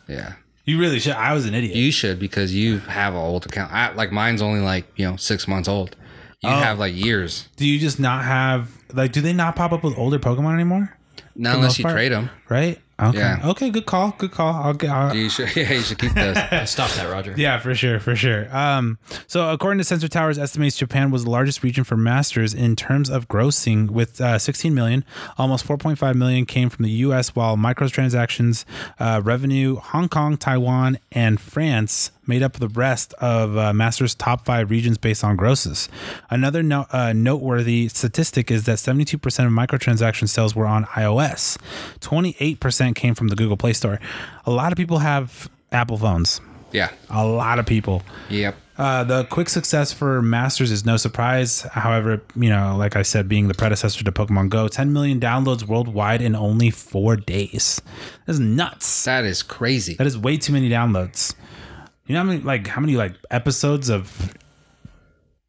B: Yeah,
C: You really should. I was an idiot.
B: you should because you have an old account. I, like mine's only like you know six months old. You
C: Oh.
B: have like years.
C: do you just not have like? Do they not pop up with older Pokemon anymore?
B: Not
C: most
B: unless you
C: part.
B: trade 'em. trade them.
C: Right? Okay.
B: Yeah.
C: Okay. Good call. Good call. I'll get. I'll,
B: You should. Yeah, you should keep those.
D: I stopped that, Roger.
C: Yeah, for sure, for sure. Um, so according to Sensor Towers estimates, Japan was the largest region for Masters in terms of grossing, with uh, 16 million. Almost 4.5 million came from the U.S., while microtransactions uh, revenue, Hong Kong, Taiwan, and France made up the rest of uh, Masters' top five regions based on grosses. Another no- uh, noteworthy statistic is that 72% of microtransaction sales were on iOS. 28% came from the Google Play Store. A lot of people have Apple phones.
B: Yeah.
C: A lot of people.
B: Yep.
C: Uh, the quick success for Masters is no surprise. However, you know, like I said, being the predecessor to Pokemon Go, 10 million downloads worldwide in only four days. That's nuts.
B: That is crazy.
C: That is way too many downloads. You know how many like how many like episodes of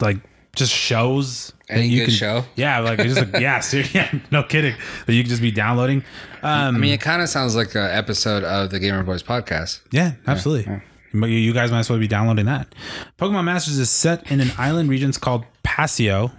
C: like just shows
B: Any
C: you
B: good show?
C: Yeah, like it's just like yeah, seriously, yeah, no kidding. That you can just be downloading. Um,
B: I mean, it kind of sounds like an episode of the Gamer Boys podcast.
C: Yeah, absolutely. But You you guys might as well be downloading that. Pokemon Masters is set in an island region called Paseo,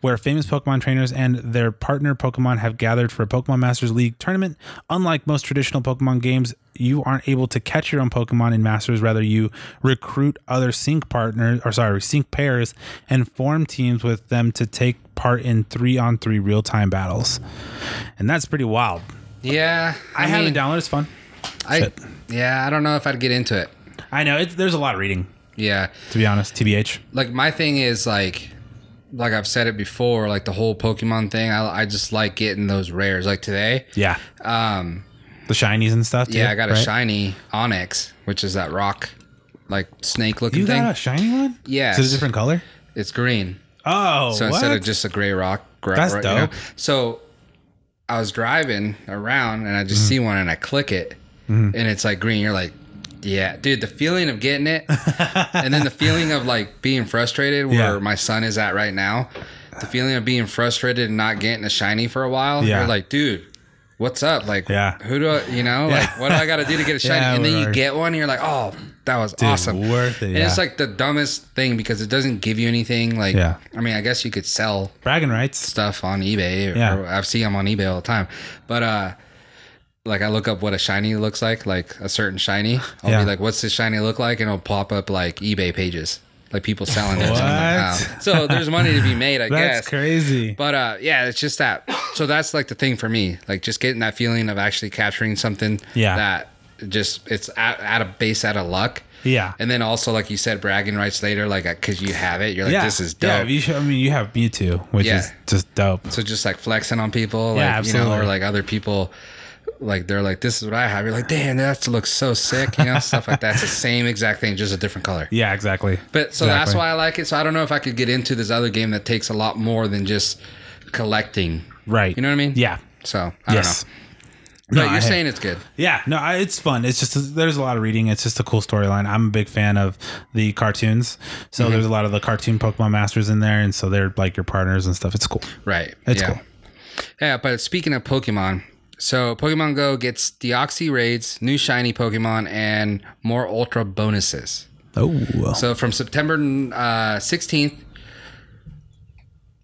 C: where famous Pokemon trainers and their partner Pokemon have gathered for a Pokemon Masters League tournament. Unlike most traditional Pokemon games, you aren't able to catch your own Pokemon in Masters. Rather, you recruit other sync partners, or sorry, sync pairs, and form teams with them to take part in three-on-three real-time battles. And that's pretty wild.
B: Yeah,
C: I, have it downloaded. It's fun.
B: I yeah, I don't know if I'd get into it.
C: I know it's, there's a lot of reading.
B: Yeah,
C: To be honest, TBH.
B: like my thing is like, like I've said it before, like the whole Pokemon thing. I, I just like getting those rares. Like today,
C: Yeah.
B: um,
C: The shinies and stuff. Too,
B: yeah, I got a
C: right?
B: shiny Onyx, which is that rock, like snake looking
C: You
B: thing.
C: got a shiny one?
B: Yes.
C: Is it a different color?
B: It's green.
C: Oh,
B: So instead of just a gray rock, gra-
C: That's
B: you know?
C: dope.
B: So I was driving around and I
C: Mm-hmm.
B: just see one and I click it and it's like green. You're like, yeah, dude, the feeling of getting it and then the feeling of like being frustrated where
C: Yeah.
B: my son is at right now, the feeling of being frustrated and not getting a shiny for a while.
C: Yeah.
B: You're like, dude. What's up? Like,
C: Yeah.
B: who do I, you know, like, what do I got to do to get a shiny?
C: Yeah,
B: and then you
C: whatever.
B: get one, and you're like, oh, that was awesome.
C: worth it,
B: And
C: yeah.
B: it's like the dumbest thing because it doesn't give you anything. Like,
C: Yeah.
B: I mean, I guess you could sell
C: bragging rights.
B: stuff on eBay. Or,
C: Yeah.
B: or I've seen them on eBay all the time. But uh, like I look up what a shiny looks like, like a certain shiny. I'll
C: Yeah.
B: be like, "What's this shiny look like?" And it'll pop up like eBay pages, like people selling it. So, I'm like,
C: What?
B: "Wow." So there's money to be made, I
C: That's
B: guess.
C: crazy.
B: But uh, yeah, it's just that. So that's like the thing for me, like just getting that feeling of actually capturing something.
C: Yeah.
B: That just it's out, out of base, out of luck.
C: Yeah.
B: And then also, like you said, bragging rights later, like because you have it, you're like,
C: yeah.
B: "This is dope."
C: Yeah, you should, I mean, you have Mewtwo, which
B: Yeah.
C: is just dope.
B: So just like flexing on people, like
C: Yeah,
B: you know,
C: absolutely.
B: or like other people like they're like, this is what I have. You're like, damn, that looks so sick, you know, stuff like that. It's the same exact thing, just a different color.
C: Yeah, exactly.
B: But so that's
C: Exactly.
B: why I like it. So I don't know if I could get into this other game that takes a lot more than just collecting.
C: Right.
B: You know what I mean?
C: Yeah.
B: So I
C: yes.
B: don't know. But
C: No, I-
B: you're saying it's good.
C: Yeah, no, I, it's fun. It's just there's a lot of reading. It's just a cool storyline. I'm a big fan of the cartoons, so
B: Mm-hmm.
C: there's a lot of the cartoon Pokemon masters in there, and so they're like your partners and stuff. It's cool.
B: Right.
C: It's
B: yeah.
C: cool.
B: Yeah, but speaking of Pokemon, so Pokemon Go gets Deoxy raids, new shiny Pokemon, and more ultra bonuses.
C: Oh,
B: So from September uh, 16th,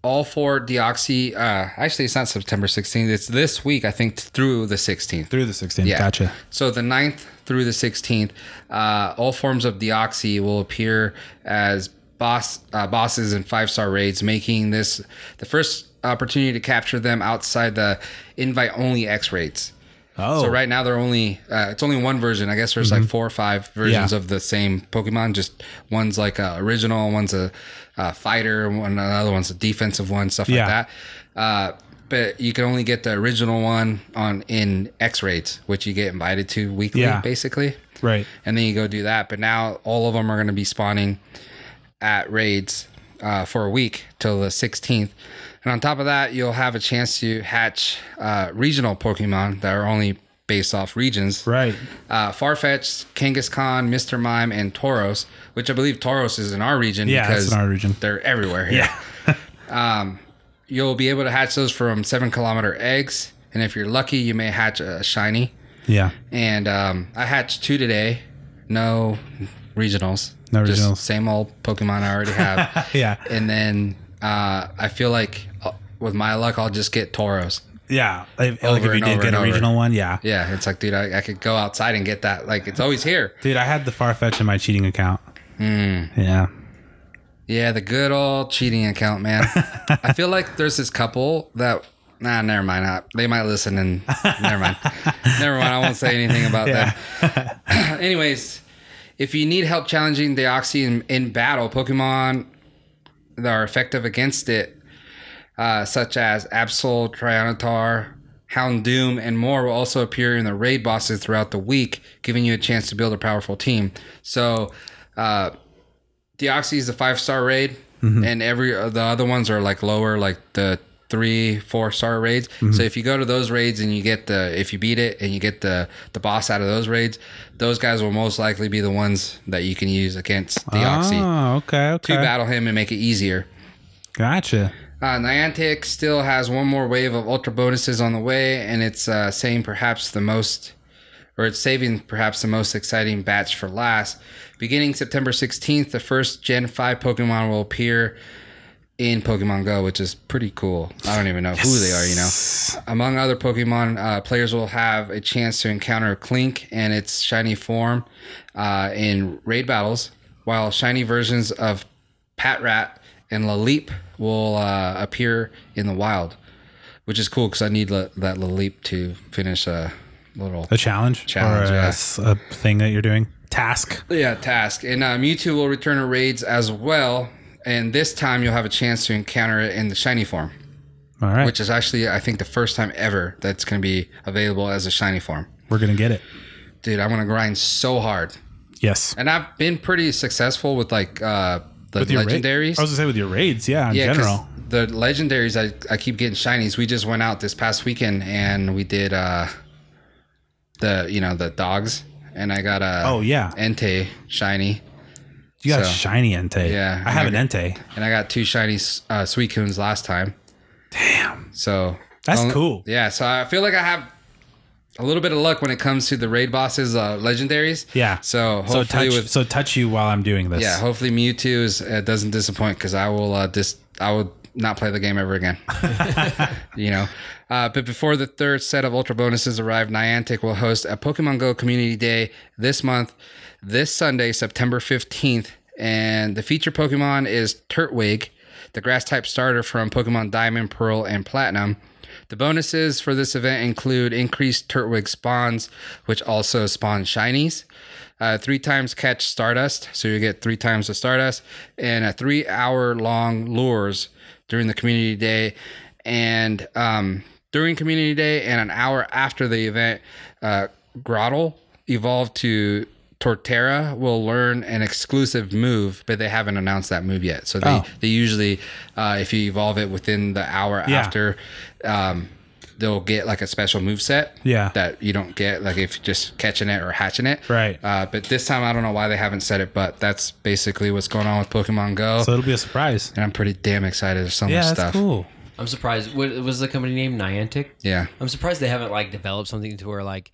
B: all four Deoxy, uh, actually, it's not September 16th. It's this week, I think, through the 16th.
C: through the 16th.
B: Yeah.
C: Gotcha.
B: So the 9th through the 16th, uh, all forms of Deoxy will appear as boss uh, bosses in five star raids, making this the first opportunity to capture them outside the invite only X raids.
C: Oh, Mm-hmm.
B: So right now they're only uh, it's only one version. I guess there's like four or five versions
C: Yeah.
B: of the same Pokemon. Just one's like a original, one's a, uh fighter, one another one's a defensive one, stuff
C: Yeah.
B: like that. Uh, but you can only get the original one on in X rates, which you get invited to weekly,
C: Yeah.
B: basically.
C: Right.
B: And then you go do that. But now all of them are going to be spawning at raids uh, for a week till the 16th. And on top of that, you'll have a chance to hatch uh, regional Pokemon that are only based off regions.
C: Right.
B: Uh, Farfetch'd, Kangaskhan, Mr. Mime, and Tauros, which I believe Tauros is in our region
C: Yeah, that's
B: because
C: in our region.
B: they're everywhere here.
C: Yeah.
B: You'll be able to hatch those from seven kilometer eggs. And if you're lucky, you may hatch a shiny.
C: Yeah.
B: And um, I hatched two today. No regionals.
C: No
B: Just
C: regionals.
B: Same old Pokemon I already have.
C: Yeah.
B: And then uh, I feel like uh, with my luck, I'll just get Tauros.
C: Yeah. Like, like
B: Over
C: if
B: and
C: you did
B: over
C: get
B: and
C: a
B: over.
C: regional one, yeah.
B: Yeah, it's like, dude, I, I could go outside and get that. Like, it's always here.
C: Dude, I had the Farfetch in my cheating account.
B: Hmm.
C: Yeah.
B: Yeah, the good old cheating account, man. I feel like there's this couple that. Nah, never mind. I, they might listen and never mind. never mind. I won't say anything about that. Anyways, if you need help challenging Deoxy in, in battle, Pokemon that are effective against it, uh, such as Absol, Tyranitar, Houndoom, and more, will also appear in the raid bosses throughout the week, giving you a chance to build a powerful team. So, uh, Deoxy is a five star raid, and every uh, the other ones are like lower, like the three, four star raids. So if you go to those raids and you get the if you beat it and you get the the boss out of those raids, those guys will most likely be the ones that you can use against Deoxy
C: Oh, okay.
B: to
C: Okay.
B: battle him and make it easier.
C: Gotcha.
B: Uh, Niantic still has one more wave of ultra bonuses on the way, and it's uh, saying perhaps the most, or it's saving perhaps the most exciting batch for last. Beginning September 16th, the first Gen 5 Pokemon will appear in Pokemon Go, which is pretty cool. I don't even know who they are, you know. Among other Pokemon, uh, players will have a chance to encounter Clink and its shiny form uh, in raid battles, while shiny versions of Patrat and Laleep will uh, appear in the wild, which is cool because I need la- that Laleep to finish a little
C: A challenge?
B: Challenge,
C: Or a
B: yeah.
C: s- a thing that you're doing? Task?
B: Yeah, task. And uh, Mewtwo will return to raids as well. And this time you'll have a chance to encounter it in the shiny form,
C: All right.
B: which is actually, I think, the first time ever that's going to be available as a shiny form.
C: We're going to get it.
B: Dude, I'm going to grind so hard.
C: Yes.
B: And I've been pretty successful with like uh, the
C: your ra-
B: legendaries.
C: I was gonna say with your raids, yeah, in
B: yeah, 'cause
C: general.
B: the legendaries, I, I keep getting shinies. We just went out this past weekend and we did uh, the, you know, the dogs. And I got a
C: Oh yeah,
B: Entei shiny.
C: you got a
B: so-
C: shiny Entei.
B: Yeah,
C: I have
B: and
C: an
B: I
C: Entei.
B: and I got two shiny uh, Suicunes last time. Damn. So
C: That's
B: Only-
C: cool.
B: Yeah. So I feel like I have a little bit of luck when it comes to the raid bosses, uh, legendaries.
C: Yeah.
B: So
C: So
B: hopefully
C: touch,
B: with
C: so touch you while I'm doing this.
B: yeah, hopefully Mewtwo is, uh, doesn't disappoint because I will uh, dis- I will not play the game ever again. you know. Uh, but before the third set of ultra bonuses arrive, Niantic will host a Pokemon Go Community Day this month, this Sunday, September 15th. And the feature Pokemon is Turtwig, the grass type starter from Pokemon Diamond, Pearl, and Platinum. The bonuses for this event include increased Turtwig spawns, which also spawn shinies, uh, three times catch Stardust, so you get three times the Stardust, and a three hour long lures during the community day. And um, during Community Day and an hour after the event. Uh, Grottle evolved to Torterra will learn an exclusive move, but they haven't announced that move yet. So they,
C: Oh.
B: they usually, uh, if you evolve it within the hour
C: Yeah.
B: after, um, they'll get like a special move set
C: Yeah.
B: that you don't get like if you're just catching it or hatching it
C: Right.
B: uh, but this time i don't know why they haven't said it but that's basically what's going on with pokemon go
C: So it'll be a surprise.
B: and i'm pretty damn excited for some
C: Yeah,
B: of the
C: that's
B: stuff
C: cool.
D: I'm surprised. What, was the company name Niantic?
B: yeah
D: I'm surprised they haven't like developed something to where like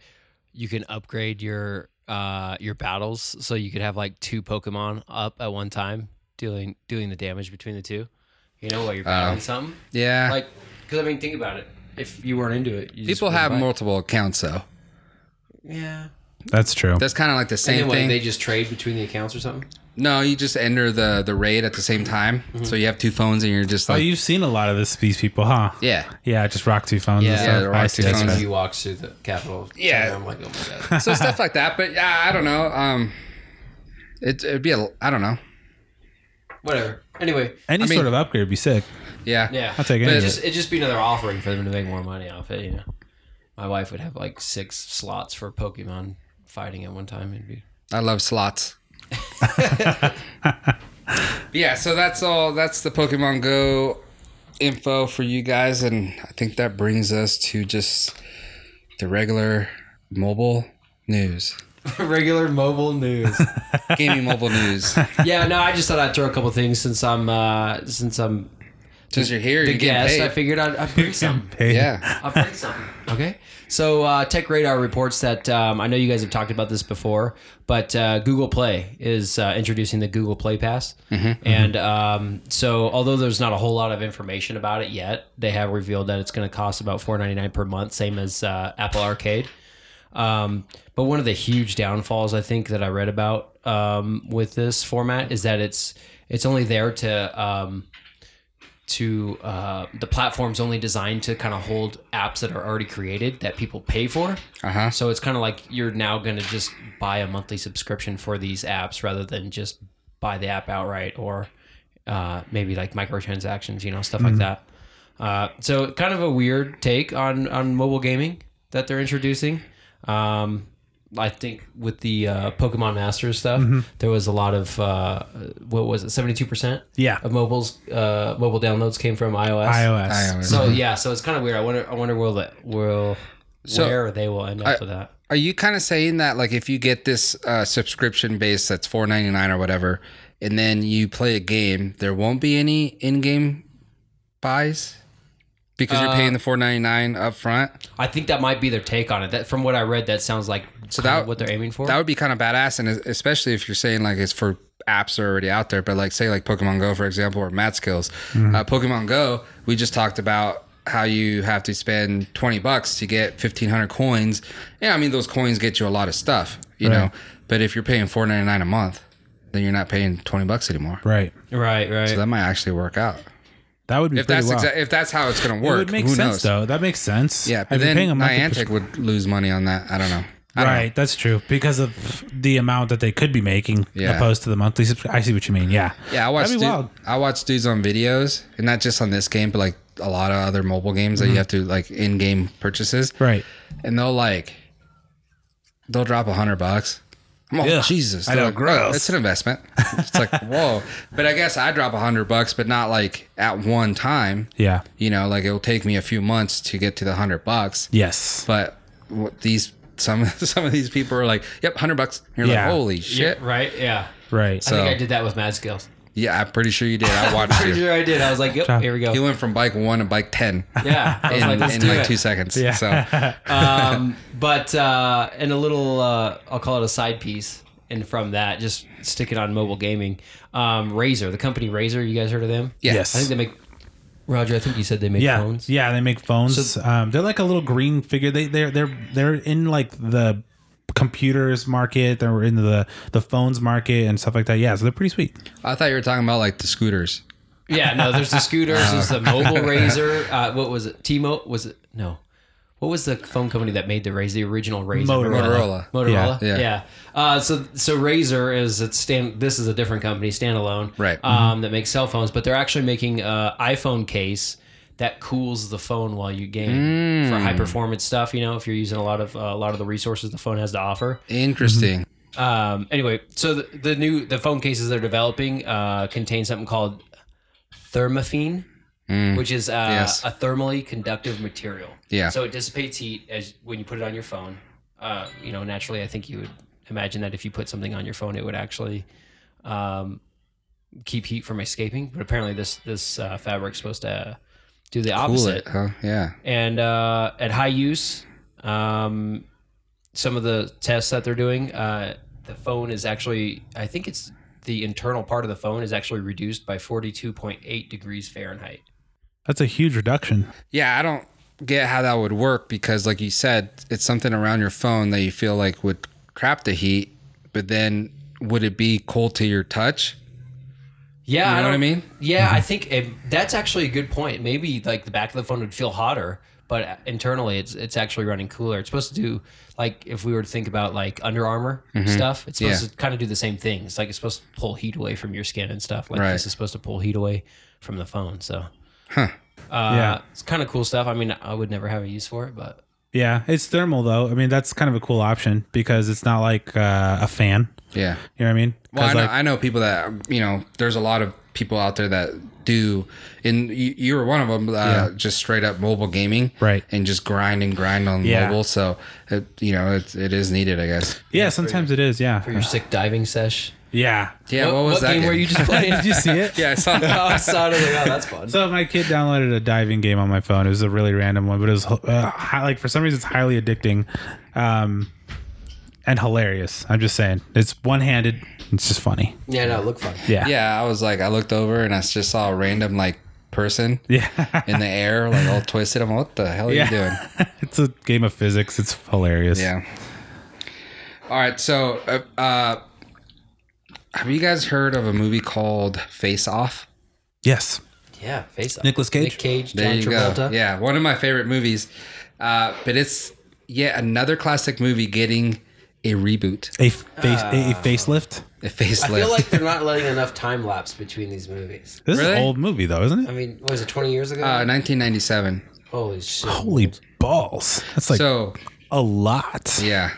D: you can upgrade your uh your battles so you could have like two Pokemon up at one time doing doing the damage between the two. You know, while
C: Oh.
D: you're battling something.
B: yeah
D: Like, because I mean, think about it. If you weren't into it, you just
B: people
D: wouldn't
B: have
D: buy it.
B: multiple accounts though
D: Yeah.
C: That's true.
B: that's kind of like the
D: And
B: same
D: then what,
B: thing
D: they just trade between the accounts or something.
B: no you just enter the the raid at the same time
D: Mm-hmm.
B: so you have two phones and you're just
C: oh,
B: like
C: you've seen a lot of this, these people, huh?
B: yeah
C: Yeah, just rock two phones. and
D: Yeah,
C: stuff.
B: yeah, rock
C: I
B: two
C: see, that's
B: phones.
C: right.
D: He walks through the capital.
B: Yeah.
D: center, I'm like, oh my god.
B: so stuff like that but yeah i don't know um it, it'd be a i don't know
D: Whatever. Anyway,
C: Any
B: I mean-
C: sort of upgrade would be sick.
B: yeah
D: yeah.
C: I'll take any
D: But
C: of
D: it just it'd just be another offering for them to make more money off it. You know, my wife would have like six slots for Pokemon fighting at one time. It'd be
B: I love slots. yeah, so that's all. That's the Pokemon Go info for you guys, and I think that brings us to just the regular mobile news,
D: regular mobile news.
B: gaming mobile news.
D: yeah, no, I just thought I'd throw a couple things since I'm uh since I'm
B: Since you're here,
D: the
B: you're getting
D: guest. I
B: paid.
D: figured I'd, I'd bring some.
C: Hey.
B: yeah,
D: I'll bring something. Okay. So uh, Tech Radar reports that um, I know you guys have talked about this before, but uh, Google Play is uh, introducing the Google Play Pass, and um, so although there's not a whole lot of information about it yet, they have revealed that it's going to cost about $4.99 per month, same as uh, Apple Arcade. Um, but one of the huge downfalls I think that I read about um, with this format is that it's it's only there to um, to uh, the platform's only designed to kind of hold apps that are already created that people pay for.
B: uh huh.
D: So it's kind of like you're now going to just buy a monthly subscription for these apps rather than just buy the app outright or uh, maybe like microtransactions, you know, stuff like that. Uh, so kind of a weird take on on mobile gaming that they're introducing. Um, I think with the uh, Pokemon Masters stuff, there was a lot of uh, what was it, seventy two percent
C: Yeah.
D: of mobiles uh, mobile downloads came from iOS.
C: iOS.
B: I-
D: So yeah, so it's kind of weird. I wonder, I wonder will that will
B: So-
D: where they will end up with that.
B: Are you kind of saying that like if you get this uh, subscription base that's four ninety nine or whatever, and then you play a game, there won't be any in game buys because you're paying the four ninety nine up front.
D: I think that might be their take on it. That from what I read, that sounds like so
B: that-
D: what they're aiming for.
B: That would be kind of badass, and especially if you're saying like it's for apps that are already out there. But like say like Pokemon Go for example, or Matt Skills,
C: Mm-hmm.
B: uh, Pokemon Go. We just talked about how you have to spend twenty bucks to get fifteen hundred coins. Yeah, I mean those coins get you a lot of stuff, you know. But if you're paying four ninety nine a month, then you're not paying twenty bucks anymore.
C: Right.
D: right, right.
B: So that might actually work out.
C: That would be
B: If
C: pretty
B: that's
C: wild.
B: exa- if that's how it's going to
C: It
B: work,
C: would make
B: who
C: sense
B: knows?
C: though. That makes sense.
B: Yeah,
C: If
B: but
C: you're
B: then
C: paying a monthly
B: Niantic would lose money on that. I don't know. I don't
C: Right, that's true because of the amount that they could be making
B: Yeah.
C: opposed to the monthly subscription. I see what you mean. Yeah,
B: Yeah, I watched.
C: That'd be
B: du-
C: wild.
B: I watched dudes on videos, and not just on this game, but like a lot of other mobile games that you have to like in-game purchases,
C: Right,
B: and they'll like they'll drop a hundred bucks. I'm like,
C: Ugh,
B: Jesus,
C: I
B: They're
C: know,
B: like,
C: gross.
B: It's an investment. It's like whoa, but I guess I drop a hundred bucks, but not like at one time.
C: Yeah.
B: you know, like it'll take me a few months to get to the hundred bucks,
C: Yes.
B: but what these some some of these people are like, yep, hundred bucks. And you're
C: Yeah.
B: like, holy
D: Yeah,
B: shit.
D: right, yeah.
C: Right.
D: I
B: So-
D: think I did that with Mad Skills.
B: Yeah, I'm pretty sure you did. I watched you.
D: Pretty sure I did. I was like, yep, here we
B: He
D: go.
B: went from bike one to bike ten
D: Yeah, I was
B: in,
D: like, let's
B: in
D: do
B: like
D: it.
B: two seconds.
C: Yeah.
B: So
D: um, but uh, and a little, uh, I'll call it a side piece. And from that, just stick it on mobile gaming. Um, Razer, the company Razer, you guys heard of them?
B: yeah.
C: yes.
D: I think they make. Roger, I think you said they make
C: yeah,
D: phones.
C: yeah, they make phones. um, they're like a little green figure. They they're they're they're in like the computers market. They're in the the phones market and stuff like that. Yeah, so they're pretty sweet.
B: I thought you were talking about like the scooters.
D: Yeah, no, there's the scooters, there's the mobile razor. Uh, what was it? T-Mo was it? No. What was the phone company that made the razor? The original razor.
B: Motorola.
D: Motorola.
B: Yeah,
D: Yeah.
B: yeah.
D: Uh, so so Razer is it's stand. This is a different company, standalone.
B: Right.
D: Um, That makes cell phones, but they're actually making a iPhone case that cools the phone while you game for high performance stuff. You know, if you're using a lot of uh, a lot of the resources the phone has to offer.
B: Interesting.
D: Um, anyway, so the, the new the phone cases they're developing uh, contain something called thermophene,
B: Mm.
D: which is uh,
B: Hmm. Yes.
D: a thermally conductive material.
B: Yeah.
D: So it dissipates heat as when you put it on your phone. Uh, you know, naturally, I think you would imagine that if you put something on your phone, it would actually um, keep heat from escaping. But apparently, this this uh, fabric's supposed to do the
B: cool
D: opposite
B: it, huh? Yeah.
D: and uh, at high use, um, some of the tests that they're doing, uh, the phone is actually, I think it's the internal part of the phone is actually reduced by 42.8 degrees Fahrenheit.
C: That's a huge reduction.
B: Yeah, I don't get how that would work because, like you said, it's something around your phone that you feel like would crap the heat, but then would it be cold to your touch?
D: Yeah,
B: You know what I
D: don't-
B: mean? Mm-hmm.
D: Yeah, I think it, that's actually a good point. Maybe like the back of the phone would feel hotter, but uh, internally it's it's actually running cooler. It's supposed to do like if we were to think about like Under armor stuff, it's supposed
B: Mm-hmm. Yeah.
D: to kind of do the same thing. It's like it's supposed to pull heat away from your skin and stuff. Like
B: Right.
D: this is supposed to pull heat away from the phone. So,
B: Huh.
D: Uh,
C: Yeah.
D: it's kind of cool stuff. I mean, I would never have a use for it, but
C: Yeah, it's thermal though. I mean, that's kind of a cool option because it's not like uh, a fan.
B: Yeah.
C: You know what I mean?
B: Well, I
C: 'Cause,
B: know,
C: like,
B: I know people that you know. There's a lot of people out there that do, and you, you were one of them. Uh, Just straight up mobile gaming,
C: Right.
B: And just grind and grind on
C: Yeah.
B: mobile. So, it, you know, it, it is needed, I guess.
C: yeah, sometimes it is. Yeah,
D: for your sick diving sesh.
C: yeah.
B: Yeah. What, was that
D: game,
B: game?
D: were you just playing?
C: Did you see it?
B: yeah, I saw that.
D: I saw it. I was like, oh, that's fun.
C: So my kid downloaded a diving game on my phone. It was a really random one, but it was uh, hi- like for some reason it's highly addicting, um, and hilarious. I'm just saying, it's one handed. It's just funny.
D: Yeah, no, it looked fun.
C: Yeah,
B: Yeah, I was like, I looked over and I just saw a random like person
C: yeah.
B: in the air, like all twisted. I'm like, what the hell are
C: Yeah.
B: you doing?
C: it's a game of physics. It's hilarious.
B: Yeah. All right. So, uh, uh, have you guys heard of a movie called Face Off?
C: Yes.
D: Yeah, face up.
C: Nicolas Cage?
D: Nick Cage,
B: There
D: John
B: you
D: Travolta.
B: go. Yeah, one of my favorite movies. Uh, but it's yet another classic movie getting a reboot,
C: A face. a, a
B: Uh,
C: facelift.
B: a
D: I
B: facelift.
D: feel like they're not letting enough time lapse between these movies.
C: This is
B: Really?
C: an old movie though, isn't
D: I
C: it?
D: mean, what was it, 20 years ago?
B: uh, 1997.
D: Holy shit.
C: Holy balls! That's like
B: so
C: a lot.
B: yeah,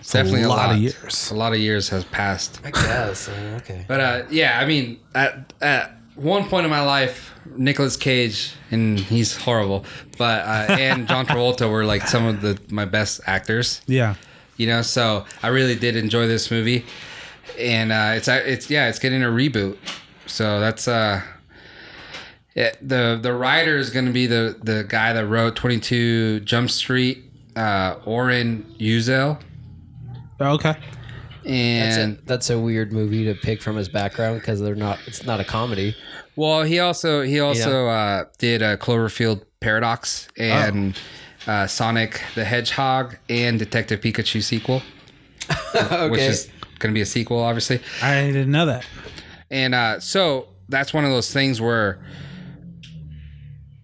C: It's
B: definitely
C: a lot, of years.
B: A lot of years has passed.
D: I guess. uh, okay.
B: But uh, yeah, I mean, at, at one point in my life, Nicolas Cage and he's horrible, but uh, and John Travolta were like some of the my best actors.
C: Yeah.
B: you know. So I really did enjoy this movie, and uh, it's uh, it's yeah, it's getting a reboot. So that's uh, it, the the writer is going to be the the guy that wrote Twenty Two Jump Street, uh, Oren Uzel,
C: Oh, okay.
D: That's a,
B: and
D: that's a weird movie to pick from his background because they're not. It's not a comedy.
B: well, he also he also uh, did uh, Cloverfield Paradox and.
D: Oh.
B: Uh, Sonic the Hedgehog and Detective Pikachu sequel,
D: okay.
B: which is going to be a sequel, obviously.
C: I didn't know that.
B: And uh, so that's one of those things where,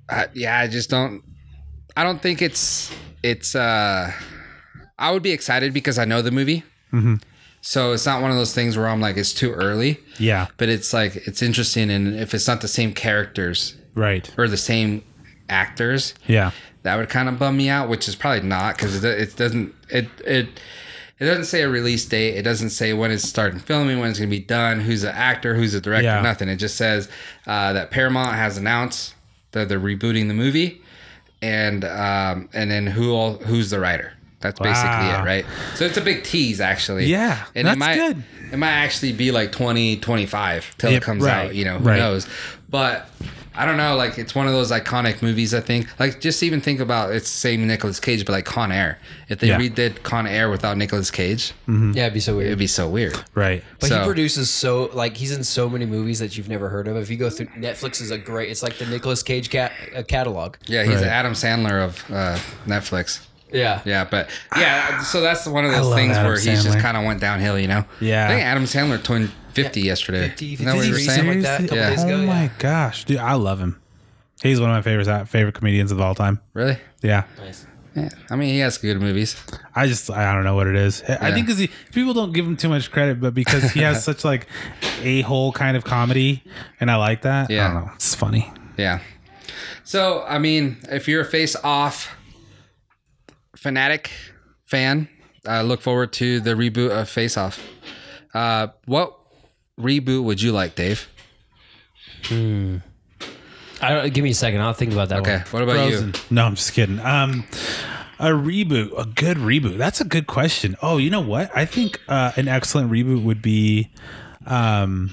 B: I yeah, I just don't. I don't think it's it's. uh I would be excited because I know the movie, so it's not one of those things where I'm like it's too early.
C: Yeah.
B: But it's like it's interesting, and if it's not the same characters
C: Right.
B: or the same actors,
C: Yeah.
B: that would kind of bum me out, which is probably not because it, it doesn't it it it doesn't say a release date. It doesn't say when it's starting filming, when it's going to be done, who's the actor, who's the director,
C: Yeah.
B: nothing. It just says uh, that Paramount has announced that they're rebooting the movie, and um, and then who all who's the writer. That's basically
C: Wow.
B: it, right? So it's a big tease, actually.
C: Yeah,
B: and
C: that's
B: it might,
C: good.
B: It might actually be like 20, 25 till
C: Yep,
B: it comes
C: right,
B: out. You know, who
C: right.
B: knows? But I don't know. Like it's one of those iconic movies. I think. Like just even think about it's the same Nicolas Cage, but like Con Air. If they
C: Yeah. Mm-hmm.
B: redid Con Air without Nicolas Cage,
D: yeah, it'd be so weird.
B: Hmm. it'd be so weird.
C: Right.
D: but
B: so-
D: he produces so like he's in so many movies that you've never heard of. If you go through Netflix is a great. It's like the Nicolas Cage cat, uh, catalog.
B: Yeah, he's
C: Right.
B: the Adam Sandler of uh, Netflix.
D: Yeah.
B: Yeah, but yeah, so that's one of
C: love
B: those things
C: Adam
B: where he's just
C: Sandler.
B: kind of went downhill, you know.
C: Yeah.
B: I think Adam Sandler turned fifty yesterday.
D: 50,
B: Isn't that what you were
D: 53,
B: saying?
D: something like that a couple
B: Yeah.
D: days ago.
C: oh
D: yeah.
C: my gosh, dude, I love him. He's one of my favorite favorite comedians of all time.
B: Really?
C: Yeah.
D: Nice.
B: Yeah. I mean, he has good movies.
C: I just I don't know what it is. I think because people don't give him too much credit, but because he has such like a hole kind of comedy, and I like that. I
B: Yeah.
C: don't know. It's funny.
B: Yeah. So, I mean, if you're a face off fanatic fan, I look forward to the reboot of Face Off. Uh, what reboot would you like, Dave?
D: I don't, give me a second. I'll think about that.
B: Okay,
D: one.
B: what about you?
C: No, I'm just kidding. Um, a reboot, a good reboot. That's a good question. Oh, you know what? I think uh, an excellent reboot would be, um,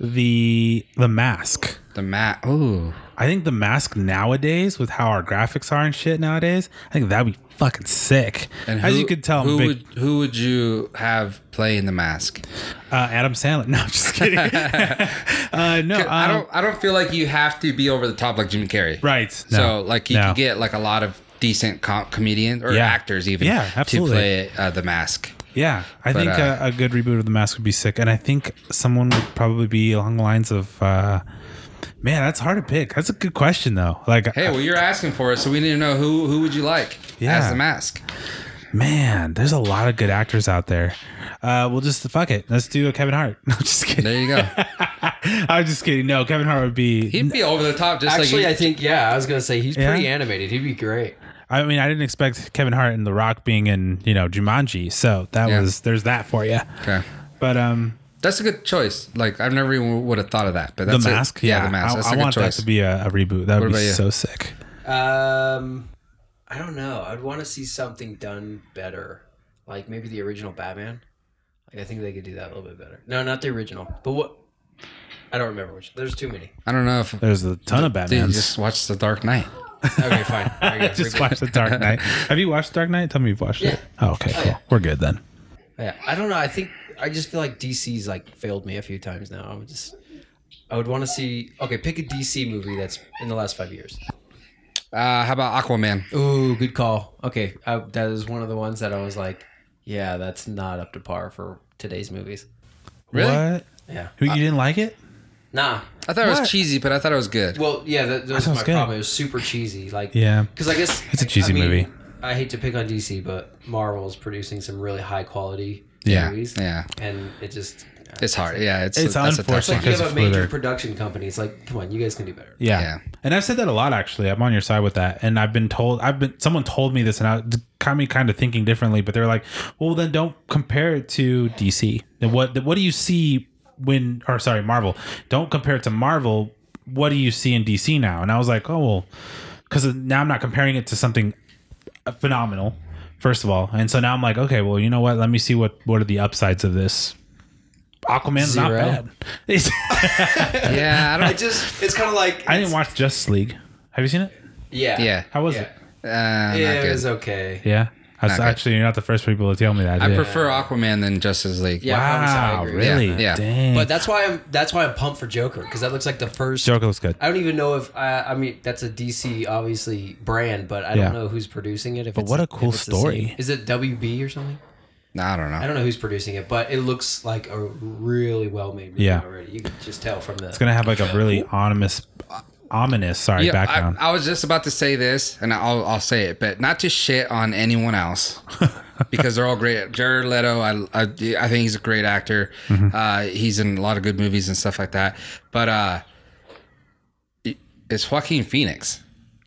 C: the the mask.
B: The mat. Ooh.
C: I think the mask nowadays, with how our graphics are and shit nowadays, I think that'd be fucking sick.
B: And
C: As
B: who-
C: you could tell, I'm
B: who
C: big-
B: would who would you have play in the mask?
C: uh, Adam Sandler. No, I'm just kidding. uh, no,
B: I
C: um,
B: don't. I don't feel like you have to be over the top like Jim Carrey.
C: Right.
B: So
C: No.
B: like you
C: No.
B: can get like a lot of decent com- comedians or
C: Yeah.
B: actors even
C: Yeah,
B: to
C: absolutely.
B: play uh, the mask.
C: Yeah, I
B: But,
C: think
B: uh,
C: uh, a, good reboot of the mask would be sick, and I think someone would probably be along the lines of, uh, man, that's hard to pick. That's a good question though. Like, uh,
B: Hey, well you're asking for it, so we need to know who who would you like as
C: Yeah.
B: the mask.
C: man, there's a lot of good actors out there. Uh, we'll just fuck it. Let's do a Kevin Hart. No, just kidding.
B: There you go.
C: I'm just kidding. No, Kevin Hart would be.
B: He'd be over the top, just
D: Actually, I
B: like
D: think yeah. I was gonna say he's
C: Yeah?
D: pretty animated. He'd be great.
C: I mean, I didn't expect Kevin Hart and The Rock being in you know Jumanji. So that
B: Yeah.
C: was there's that for you.
B: you. Okay.
C: But um,
B: That's a good choice. Like I've never even would have thought of that. But that's
C: the
B: it.
C: mask.
B: Yeah, the mask.
C: I-
B: That's a
C: I,
B: good
C: want
B: choice.
C: that to be a, a reboot. That
B: What
C: would
B: about
C: be
B: you?
C: so sick.
D: Um, I don't know. I'd want to see something done better, like maybe the original Batman. Like I think they could do that a little bit better. No, not the original, but what? I don't remember which. There's too many.
B: I don't know if
C: There's a ton of
B: dude,
C: Batman's.
B: just watch The Dark Knight.
D: Okay, fine. There you go.
C: just
D: Reboot.
C: watch The Dark Knight. Have you watched Dark Knight? Tell me you've watched it. Oh, okay, cool.
D: yeah.
C: We're good then.
D: Yeah, I don't know. I think I just feel like DC's like failed me a few times now. I'm just. I would want to see. Okay, pick a DC movie that's in the last five years.
B: Uh, how about Aquaman?
D: Ooh, good call. Okay, I, that is one of the ones that I was like, yeah, that's not up to par for today's movies.
B: Really? Uh,
C: What?
D: Yeah.
C: Who, you didn't like it?
D: Nah.
B: I thought it was
C: What?
B: cheesy, but I thought it was good.
D: Well, yeah, that, that was
C: sounds
D: my
C: good.
D: problem. It was super cheesy. Like,
C: Yeah.
D: Because I guess
C: It's a cheesy
D: I mean,
C: movie.
D: I hate to pick on DC, but Marvel's producing some really high quality
B: Yeah,
D: movies.
B: yeah.
D: and it just
B: It's hard. Yeah, it's
C: It's
B: that's a tough
D: It's like
B: one.
D: you
C: Because
D: have a
C: of
D: major
C: Flutter.
D: production company. It's like, come on, you guys can do better.
C: Yeah.
B: Yeah.
C: And I've said that a lot actually. I'm on your side with that. And I've been told I've been someone told me this and I got me kind of thinking differently, but they're like, "Well, then don't compare it to DC. Then what what do you see when or sorry, Marvel. Don't compare it to Marvel. What do you see in DC now?" And I was like, "Oh, well, cuz now I'm not comparing it to something uh, phenomenal." First of all, and so now I'm like, okay, well, you know what? Let me see what what are the upsides of this. Aquaman's
D: Zero.
C: not bad.
B: Yeah, I don't.
D: It just it's kind of like
C: I didn't watch Justice League. Have you seen it?
D: Yeah,
B: Yeah,
C: How was
D: Yeah.
C: it?
B: uh, not
D: Yeah,
B: good.
D: it was okay.
C: Yeah. That's
B: Not good.
C: actually, you're not the first people to tell me that.
B: I
C: yeah.
B: prefer Aquaman than Justice League.
D: Yeah. I
C: Wow,
D: agree.
C: really?
B: Yeah, yeah.
C: Dang.
D: But that's why I'm that's why I'm pumped for Joker because that looks like the first.
C: Joker looks
B: Uh,
C: good.
D: I don't even know if I, I mean that's a DC obviously brand, but I
C: Yeah.
D: don't know who's producing it. If
C: But
D: it's,
C: what a
D: if
C: cool
D: it's the same-
C: story.
D: Is it WB or something?
B: Nah, I don't know.
D: I don't know who's producing it, but it looks like a really well made movie
C: Yeah.
D: already. You can just tell from the
C: It's going to have like a really ominous, ominous, sorry,
B: yeah,
C: background.
B: I, I was just about to say this, and I'll I'll say it, but not to shit on anyone else because they're all great. Jared Leto, I I, I think he's a great actor.
C: Mm-hmm.
B: Uh, he's in a lot of good movies and stuff like that. But uh, it- it's Joaquin Phoenix.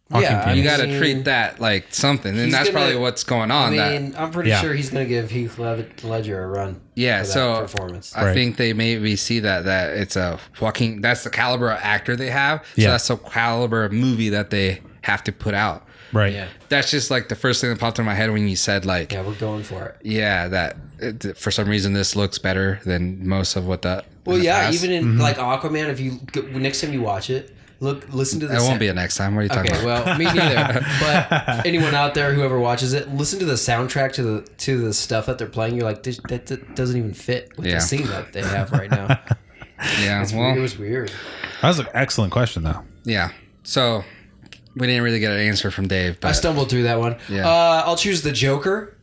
D: yeah.
C: Phoenix.
B: You got to
D: mean,
B: treat that like something, and
D: he's
B: that's
D: gonna-
B: probably what's going
D: I
B: on. that
D: mean, I'm pretty
C: Yeah.
D: sure he's going to give Heath Led- Ledger a run.
B: Yeah,
D: for that
B: so
D: performance.
B: I
C: Right.
B: think they maybe see that that it's a fucking that's the caliber of actor they have. So
C: Yeah.
B: that's the caliber of movie that they have to put out.
C: right.
D: yeah,
B: That's just like the first thing that popped in my head when you said like yeah,
D: yeah, we're going for it.
B: that it, for some reason this looks better than most of what that.
D: Well,
B: in the
D: yeah,
B: past.
D: even in like Aquaman, if you go, next time you watch it, look, listen to the.
B: it
D: sound-
B: won't be a next time. What are you talking
D: Okay,
B: about?
D: well, me neither. But anyone out there, whoever watches it, listen to the soundtrack to the to the stuff that they're playing. You're like, this, that, that doesn't even fit with
B: Yeah.
D: the scene that they have right now.
B: yeah,
D: It's
B: well,
D: weird. It was weird.
C: That was an excellent question, though.
B: yeah. So we didn't really get an answer from Dave,
D: I
B: but
D: stumbled through that one.
B: Yeah.
D: Uh, I'll choose the Joker.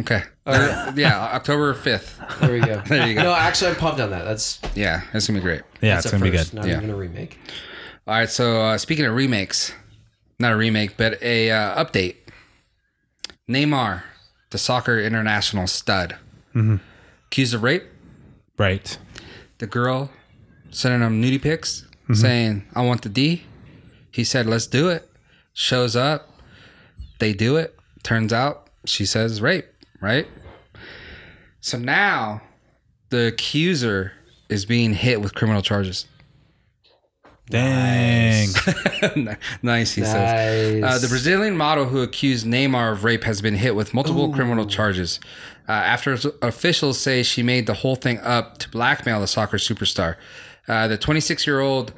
B: okay, Uh, yeah, October fifth.
D: There we go.
B: There you go.
D: No, actually, I'm pumped on that. That's
B: Yeah, it's gonna be great.
C: Yeah,
D: that's
C: it's
D: a
C: going to be
D: first,
C: good.
D: Not
B: Yeah.
D: even a remake.
B: All right. So uh, speaking of remakes, not a remake, but a uh, update. Neymar, the soccer international stud,
D: Mm-hmm.
B: accused of rape.
C: Right.
B: The girl sending him nudie pics, saying, "I want the D." He said, "Let's do it." Shows up. They do it. Turns out she says rape, right? So now the accuser is being hit with criminal charges.
C: Dang.
B: nice, he says. Uh, the Brazilian model who accused Neymar of rape has been hit with multiple criminal charges uh, after officials say she made the whole thing up to blackmail the soccer superstar. Uh, the 26 year old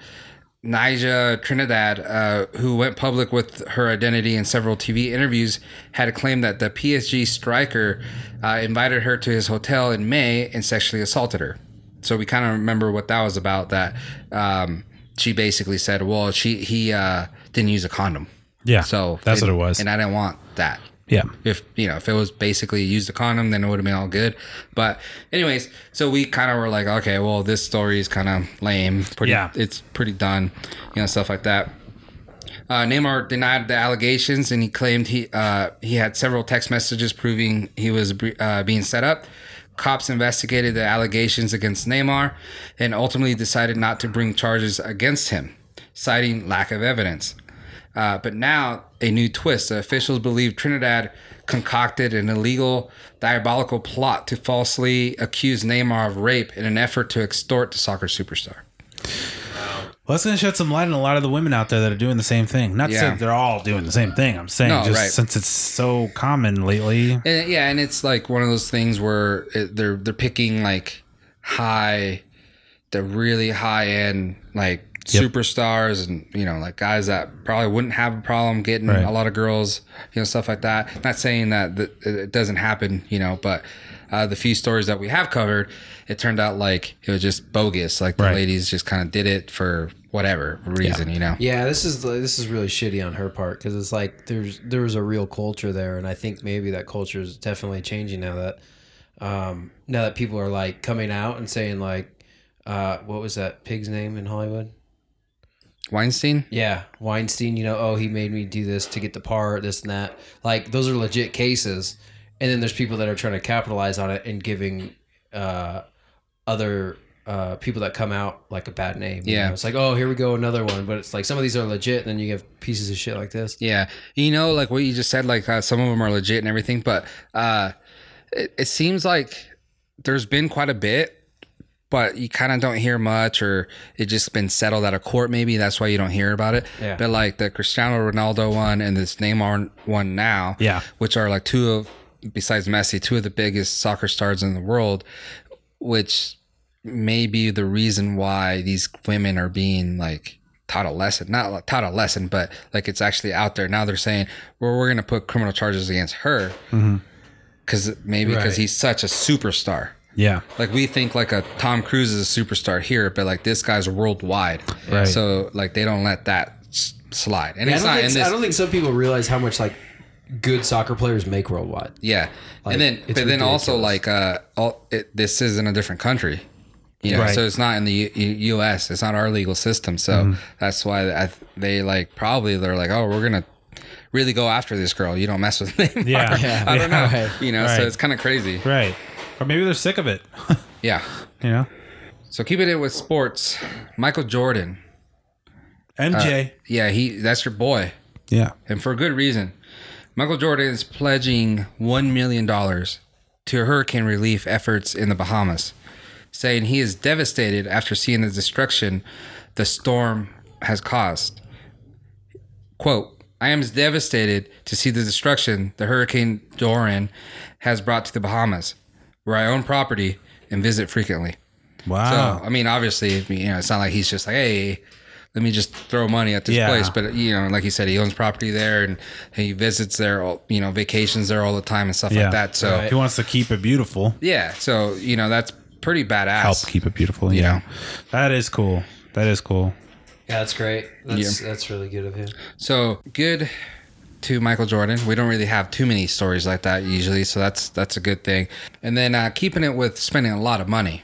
B: Nija Trinidad, uh, who went public with her identity in several TV interviews, had claimed that the PSG striker uh, invited her to his hotel in May and sexually assaulted her. So we kind of remember what that was about. That um, she basically said, "Well, she he uh, didn't use a condom."
C: Yeah.
B: So
C: that's
B: and-
C: what it was.
B: and I didn't want that.
C: yeah.
B: If you know, if it was basically used a condom, then it would have been all good. But anyways, so we kind of were like, okay, well, this story is kind of lame. Pretty,
C: Yeah.
B: it's pretty done, you know, stuff like that. Uh, Neymar denied the allegations, and he claimed he uh, he had several text messages proving he was uh, being set up. Cops investigated the allegations against Neymar, and ultimately decided not to bring charges against him, citing lack of evidence. Uh, but now a new twist. The officials believe Trinidad concocted an illegal, diabolical plot to falsely accuse Neymar of rape in an effort to extort the soccer superstar.
C: Well, that's going to shed some light on a lot of the women out there that are doing the same thing. Not to say
B: Yeah.
C: that they're all doing the same thing. I'm saying
B: No,
C: just
B: right.
C: since it's so common lately.
B: And, yeah, and it's like one of those things where it, they're they're picking like high, the really high end like superstars, and you know like guys that probably wouldn't have a problem getting
C: Right.
B: a lot of girls, you know stuff like that. Not saying that th- it doesn't happen, you know, but uh, the few stories that we have covered, it turned out like it was just bogus. Like the
C: Right.
B: ladies just kind of did it for whatever reason, you know.
D: Yeah, this is this is really shitty on her part because it's like there's there was a real culture there, and I think maybe that culture is definitely changing now that um, now that people are like coming out and saying like uh, what was that pig's name in Hollywood?
B: Weinstein.
D: Yeah, Weinstein. You know, oh, he made me do this to get the part, this and that. Like those are legit cases, and then there's people that are trying to capitalize on it and giving uh, other uh, people that come out like a bad name. you
B: Yeah.
D: know? it's like oh, here we go, another one. But it's like some of these are legit, and then you have pieces of shit like this.
B: Yeah, you know, like what you just said, like uh, some of them are legit and everything, but uh, it, it seems like there's been quite a bit, but you kind of don't hear much, or it just been settled out of court. Maybe that's why you don't hear about it.
D: Yeah.
B: But like the Cristiano Ronaldo one and this Neymar one now,
C: Yeah.
B: which are like two of besides Messi, two of the biggest soccer stars in the world, which may be the reason why these women are being like taught a lesson not like, taught a lesson but like it's actually out there now they're saying well we're gonna put criminal charges against her
D: Mm-hmm.
B: because maybe because
D: Right.
B: he's such a superstar
C: Yeah.
B: like we think like a tom cruise is a superstar here but like this guy's worldwide
C: Right.
B: so like they don't let that s- slide and
D: Yeah, I
B: it's not
D: don't,
B: in
D: think, I
B: this
D: don't think some people realize how much like good soccer players make worldwide.
B: Yeah,
D: Like,
B: and then
D: it's
B: but then also
D: ridiculous.
B: like uh, all, it, this is in a different country, you know.
C: Right.
B: So it's not in the U- U- U.S. It's not our legal system. So that's why I, th- they like probably they're like, oh, we're gonna really go after this girl. You don't mess with them.
C: Yeah.
B: I don't know.
D: Right.
B: You know,
C: Right.
B: so it's kind of crazy.
C: Right. Or maybe they're sick of it.
B: Yeah.
C: you know?
B: So keeping it with sports, Michael Jordan. Uh,
C: MJ.
B: Yeah, he that's your boy,
C: yeah.
B: and for good reason. Michael Jordan is pledging one million dollars to hurricane relief efforts in the Bahamas. saying he is devastated after seeing the destruction the storm has caused. Quote, I am devastated to see the destruction the Hurricane Doran has brought to the Bahamas, where I own property and visit frequently.
C: Wow.
B: So, I mean, obviously, you know, it's not like he's just like, hey, let me just throw money at this
C: Yeah.
B: place. But, you know, like you said, he owns property there and he visits there, all, you know, vacations there all the time and stuff
C: yeah.
B: like that. So,
C: he wants to keep it beautiful.
B: yeah. So, you know, that's pretty badass.
C: Help keep it beautiful. Yeah. That is cool. That is cool.
D: Yeah, that's great. That's that's really good of him.
B: So good to Michael Jordan. We don't really have too many stories like that usually, so that's that's a good thing. And then uh, keeping it with spending a lot of money.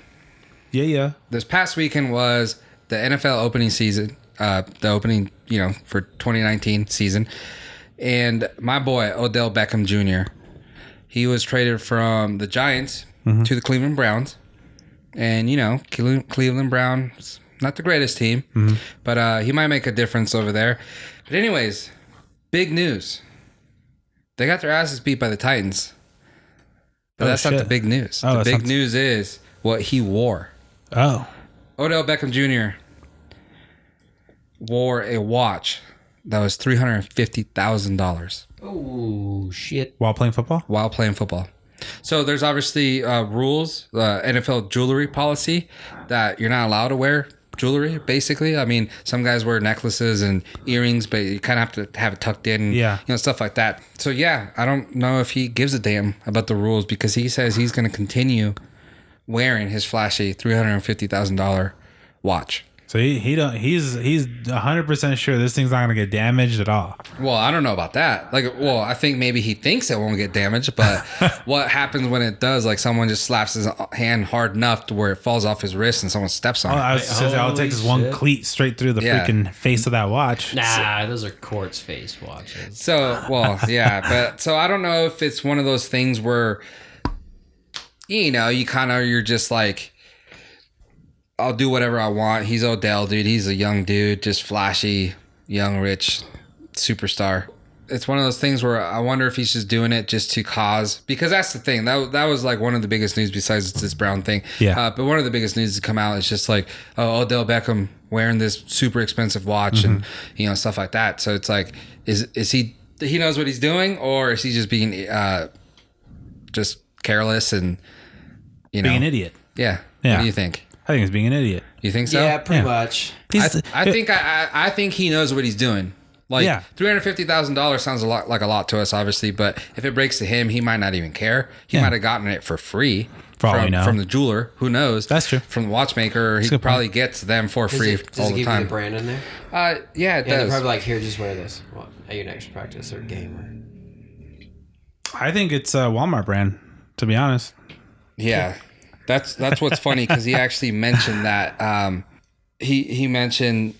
C: Yeah. Yeah.
B: This past weekend was the NFL opening season, uh, the opening you know for 2019 season, and my boy Odell Beckham Jr. He was traded from the
C: Mm-hmm.
B: Giants to the Cleveland Browns, and you know Cle- Cleveland Browns Not the greatest team,
C: Mm-hmm.
B: but uh, he might make a difference over there. But anyways, big news. They got their asses beat by the Titans. But
C: Oh,
B: that's not the
C: shit.
B: big news.
C: Oh,
B: the
C: that's
B: big
C: not-
B: news is what he wore.
C: Oh,
B: Odell Beckham Jr. wore a watch that was three hundred fifty thousand dollars
D: Oh shit!
C: while playing football.
B: while playing football. So there's obviously uh, rules, uh, NFL jewelry policy that you're not allowed to wear jewelry. Basically, I mean, some guys wear necklaces and earrings, but you kind of have to have it tucked in,
C: Yeah.
B: you know, stuff like that. So yeah, I don't know if he gives a damn about the rules because he says he's going to continue wearing his flashy three hundred fifty thousand dollar watch.
C: So he, he don't he's he's hundred percent sure this thing's not gonna get damaged at all.
B: Well, I don't know about that. Like, well, I think maybe he thinks it won't get damaged, but what happens when it does? Like, someone just slaps his hand hard enough to where it falls off his wrist and someone steps on
C: All
B: it.
C: Oh, I was just gonna say, all it
D: holy
C: takes is one
D: shit.
C: cleat straight through the
B: Yeah.
C: freaking face of that watch.
D: Nah, those are quartz face watches.
B: So, well, yeah, but so I don't know if it's one of those things where, you know, you kind of you're just like, I'll do whatever I want. He's Odell, dude. He's a young dude, just flashy, young, rich, superstar. It's one of those things where I wonder if he's just doing it just to cause because that's the thing that that was like one of the biggest news besides this Brown thing.
C: Yeah.
B: Uh, but one of the biggest news to come out is just like oh Odell Beckham wearing this super expensive watch and you know stuff like that. So it's like is is he he knows what he's doing or is he just being uh just careless and you know
C: Being an idiot.
B: yeah.
C: Yeah.
B: What do you think?
C: I think he's being an idiot.
B: You think so?
D: yeah, pretty
C: yeah.
D: much.
B: I,
C: He's-
B: I think I, I I think he knows what he's doing. Like
C: Yeah.
B: three hundred fifty thousand dollars sounds a lot like a lot to us, obviously, but if it breaks to him, he might not even care. He
C: Yeah.
B: might have gotten it for free
C: For all we
B: from,
C: know.
B: from the jeweler. Who knows?
C: That's true.
B: From the watchmaker, he
C: a good
B: probably gets them for
D: Does
B: free
D: it, does
B: all
D: it
B: the
D: give you
B: time.
D: the brand in there?
B: uh, yeah, it
D: Yeah, they're
B: does.
D: probably like, here, just wear this well, at your next practice or game. Or...
C: I think it's a Walmart brand. To be honest,
B: Yeah, that's that's what's funny because he actually mentioned that. Um, he he mentioned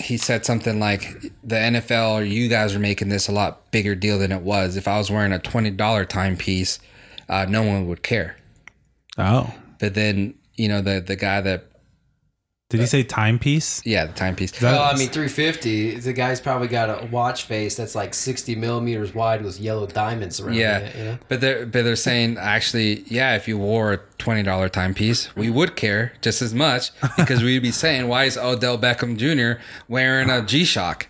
B: he said something like the NFL or you guys are making this a lot bigger deal than it was. If I was wearing a twenty dollar timepiece, uh, no one would care.
C: oh,
B: But then you know the the guy that
C: did he say timepiece?
B: yeah the timepiece.
C: That-
D: Well, I mean, 350. The guy's probably got a watch face that's like 60 millimeters wide with yellow diamonds around
B: yeah,
D: it. You know?
B: but they're but they're saying actually, yeah, if you wore a twenty dollar timepiece, we would care just as much because we'd be saying, why is Odell Beckham Jr. wearing a G Shock?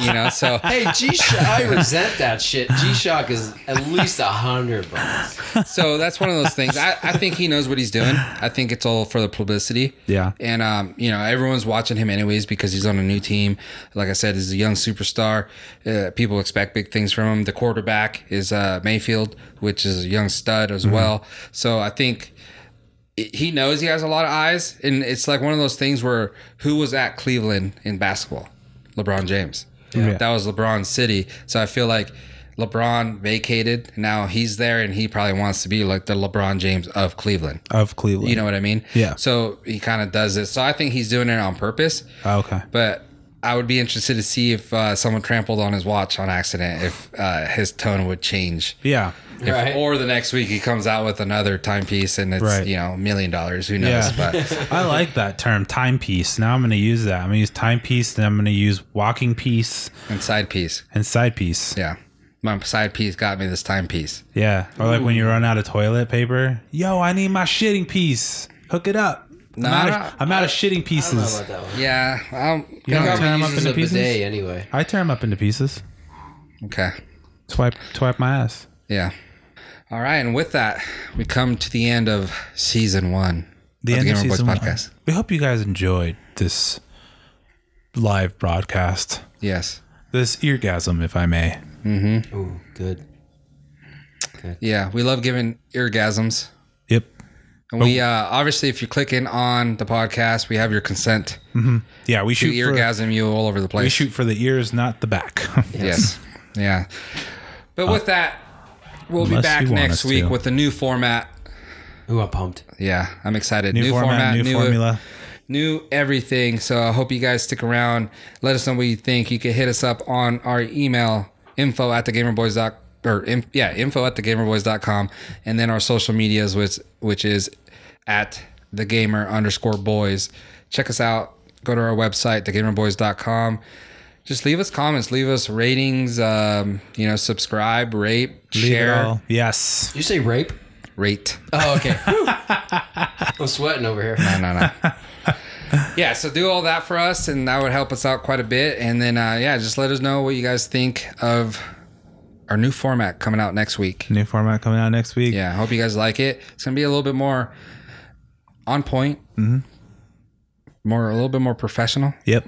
B: You know, so
D: Hey, G Shock, I resent that shit. G Shock is at least a hundred bucks.
B: so that's one of those things. I, I think he knows what he's doing. I think it's all for the publicity.
C: Yeah.
B: And um, you know, everyone's watching him anyways because he's on a new team. Like I said, he's a young superstar. Uh, people expect big things from him. The quarterback is uh, Mayfield, which is a young stud as well. So I think he knows he has a lot of eyes, and it's like one of those things where who was at Cleveland in basketball? LeBron James.
C: Yeah.
B: That was LeBron's city. So I feel like LeBron vacated. Now he's there, and he probably wants to be like the LeBron James of Cleveland.
C: Of Cleveland.
B: You know what I mean?
C: Yeah.
B: So he kind of does this. So I think he's doing it on purpose.
C: Oh, okay.
B: But I would be interested to see if uh, someone trampled on his watch on accident, if uh, his tone would change.
C: Yeah.
B: If-
D: Right.
B: or the next week he comes out with another timepiece and it's
C: Right.
B: you know a million dollars who knows
C: Yeah.
B: but
C: I like that term, timepiece. Now I'm going to use that. I'm going to use timepiece, and I'm going to use walking piece
B: and side piece
C: and side piece.
B: yeah my side piece got me this timepiece
C: Yeah. Or like when you run out of toilet paper. Yo, I need my shitting piece. Hook it up. I'm,
B: No,
C: out
B: I
C: of,
B: don't-
C: I'm out of shitting
D: I don't know
C: pieces.
D: about that one.
B: yeah I'm,
C: You don't
D: Probably
C: tear them up
D: uses
C: into
D: a bidet
C: pieces.
D: anyway.
C: I tear them up into pieces.
B: okay
C: Swipe, swipe my ass.
B: yeah all right and with that we come to the end of season one
C: The
B: of
C: end of
B: Gamer Boys
C: season one.
B: podcast
C: We hope you guys enjoyed this live broadcast,
B: yes
C: this eargasm, if I may.
D: Ooh, good.
B: yeah we love giving orgasms
C: Yep.
B: and
C: Oh.
B: we uh obviously if you click in on the podcast we have your consent
C: Yeah, we shoot
B: to
C: for,
B: orgasm you all over the place
C: we shoot for the ears, not the back.
B: Yes. yeah. But with that, we'll be
C: Uh, Unless
B: back
C: you want
B: next
C: us
B: week
C: to.
B: with a new format.
D: Ooh, I'm pumped.
B: Yeah, I'm excited.
C: new, format, new, formula.
B: new everything. So I hope you guys stick around. Let us know what you think. You can hit us up on our email info at thegamerboys.com or in, yeah, info at thegamerboys.com and then our social medias which which is at the gamer underscore boys. check us out. Go to our website, thegamerboys.com. Just leave us comments, leave us ratings, um, you know, subscribe, rate,
C: Leave it
B: share,
C: all. Yes.
D: you say rape?
B: rate.
D: Oh, okay. Whew. I'm sweating over here.
B: No, no, no. yeah, so do all that for us, and that would help us out quite a bit. And then, uh, yeah, just let us know what you guys think of our new format coming out next week.
C: New format coming out next week.
B: Yeah, I hope you guys like it. It's gonna be a little bit more on point, more a little bit more professional,
C: Yep.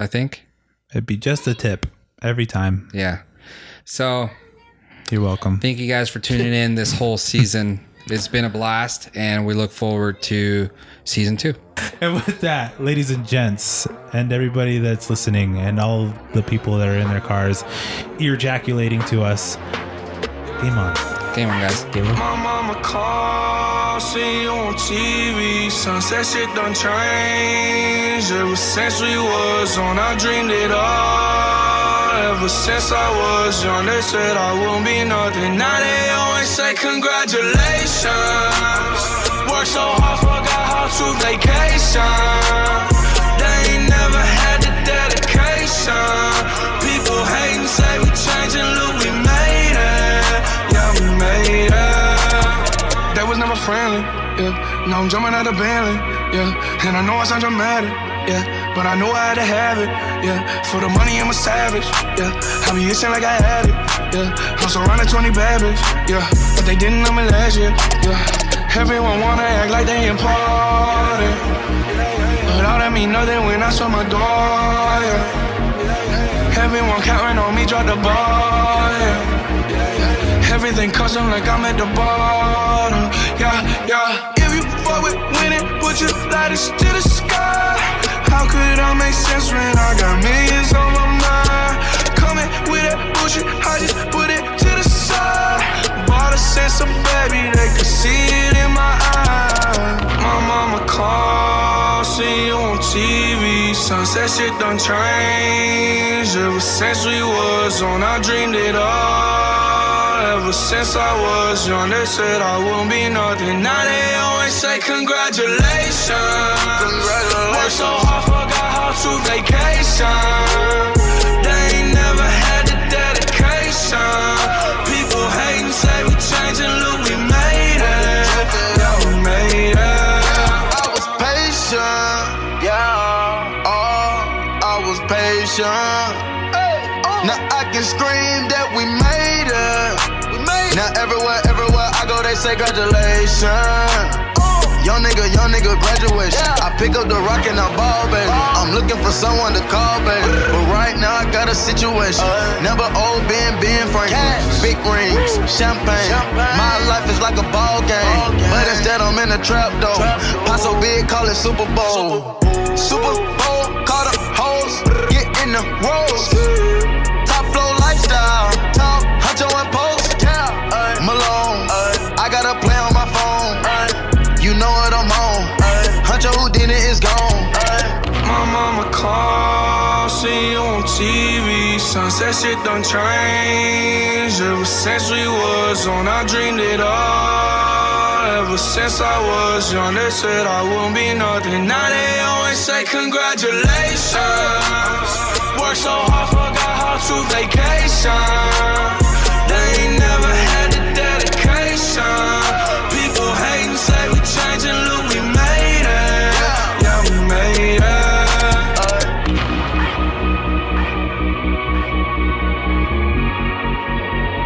B: I think.
C: It'd be just a tip every time.
B: Yeah. So
C: You're welcome.
B: thank you guys for tuning in this whole season. It's been a blast, and we look forward to season two.
C: And with that, ladies and gents, and everybody that's listening, and all the people that are in their cars, ejaculating to us, game on.
B: Game on, guys.
A: My mama calls, see you on TV. Sunset shit done changed. Ever since we was on, I dreamed it all. Ever since I was young, they said I won't be nothing. Now they always say congratulations. Worked so hard, forgot how to vacation. They ain't never had the dedication. People hating, say we changing, look, we made it. Yeah, we made it. That was never friendly, yeah. Now I'm jumping out of Bentley, yeah. And I know I sound dramatic, yeah. But I know I had to have it, yeah. For the money, I'm a savage, yeah. I be itching like I had it, yeah. I'm surrounded 20 bad bitch, yeah. But they didn't know me last year, yeah. Everyone wanna act like they important. But all that mean nothing when I saw my door, yeah. Everyone counting on me, drop the ball, yeah. Everything custom like I'm at the bottom. Yeah, yeah. If you fuck with winning, put your lighters to the sky. How could I make sense when I got millions on my mind? Coming with that bullshit, I just put it to the side. Bought a sense of baby, they could see it in my eyes. My mama called, see you on TV. Sunset shit done changed. Ever since we was on, I dreamed it all. Ever since I was young, they said I won't be nothing. Now they always say congratulations. Worked so hard, forgot how to vacation. They ain't never had the dedication. People hating, say we changing, look, we made it. Yeah, we made it.
E: I was patient, yeah. Oh, I was patient. oh. Now I can scream that we made it. Now everywhere, everywhere I go, they say congratulations. Young nigga, young nigga, graduation. I pick up the rock and I ball, baby. I'm looking for someone to call, baby. But right now I got a situation. Number old Ben, Ben Franklin. Big rings, champagne. My life is like a ball game. But instead I'm in a trap though. Paso big, call it Super Bowl. Super Bowl, call the hoes. Get in the rolls. Top flow lifestyle. Top huncho and post. Malone. I got a play on my phone. You know what I'm on. Huncho Houdini is gone.
A: My mama called, see you on TV. Sunset shit done changed. Ever since we was on, I dreamed it all. Ever since I was young, they said I won't be nothing. Now they always say congratulations. Worked so hard, forgot how to vacation. They ain't never had the dedication. People hating, say we changing, look, we made it. Yeah, we made it.
E: Uh.